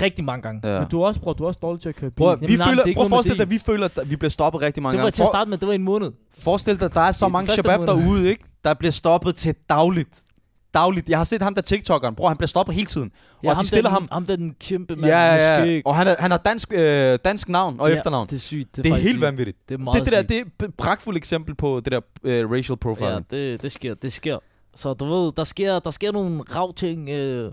rigtig mange gange.
Ja.
Men du er også, bror, du er også dårlig til at køre bil.
Prøv, at-
Jamen,
vi
nej,
føler,
det er ikke
prøv at
noget med
forestille dig,
det.
at vi føler, at vi bliver stoppet rigtig mange
Det var
gange.
til at
For-
starte med, det var en måned.
Forestil dig, der er
Det
så
er
mange
første
shabab
måned.
derude, ikke? Der bliver stoppet til dagligt. dagligt. Jeg har set ham der TikTokeren, bror, han bliver stoppet hele tiden. Ja, og
ham
de stiller
der,
ham...
Ham der er den kæmpe mand.
Ja, ja, ja.
måske ikke.
Og han, er, han har dansk, øh, dansk navn og ja, efternavn.
Det
Det,
er sygt. Det er,
det er
faktisk
helt
sygt.
vanvittigt.
Det er
Det,
meget
det der,
sygt.
det er et pragtfuldt eksempel på det der øh, racial profiling.
Ja, det, det sker, det sker. Så du ved, der sker, der sker nogle rav ting øh,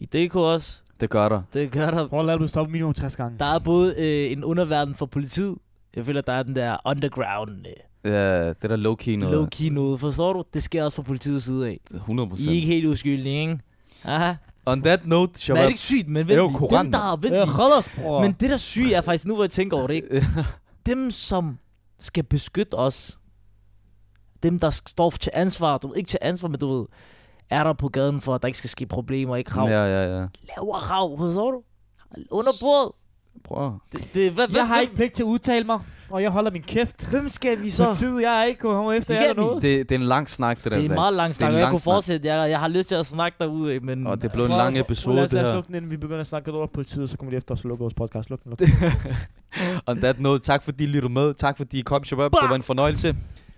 i DK også.
Det gør der.
Det gør der.
Prøv at lade blive stoppet minimum 60 gange.
Der er både øh, en underverden for politiet. Jeg føler, der er den der underground øh,
Ja, det der low-key noget.
low-key noget. Forstår du? Det sker også fra politiets side af.
100
I er ikke helt uskyldige, ikke? Aha.
On that note,
Men er
Shabab,
det ikke sygt, men
Det
vent
er jo
lige.
Koranen.
Dem, der har vent
Ja,
lige.
hold os, bror.
Men det der syge er faktisk, nu hvor jeg tænker over det, ikke? dem som skal beskytte os, dem der står til ansvar, du ved, ikke til ansvar, men du ved, er der på gaden for, at der ikke skal ske problemer, ikke rav.
Ja, ja, ja.
Laver rav, forstår du? Under bordet.
Bror.
Det, det, hvad,
jeg
hvem,
har ikke pligt til at udtale mig, og jeg holder min kæft.
hvem skal vi
Så
så?
tid, jeg er ikke kommet efter
Det
jer
kan
eller
vi.
noget.
Det, det er en lang snak, Altså, det der.
Det er en
Zach.
meget lang snak,
en
og jeg
lang
kunne
snak.
fortsætte. Jeg, jeg har lyst til at snakke derude, ikke? men...
Og det blev en lang episode,
lad os,
det
Lad os
her.
lukke den, inden vi begynder at snakke over politiet, og så kommer de efter os og lukker vores podcast. Luk den, luk den.
On that note, tak fordi I lyttede med. Tak fordi I kom, Shabab. Det var en fornøjelse.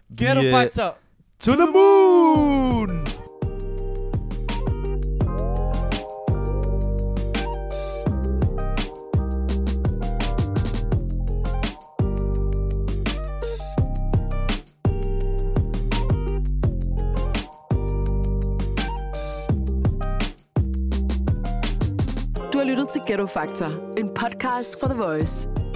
Vi,
Ghetto
øh,
Factor!
to the moon!
Du har lyttet til Ghetto Factor, en podcast fra The Voice.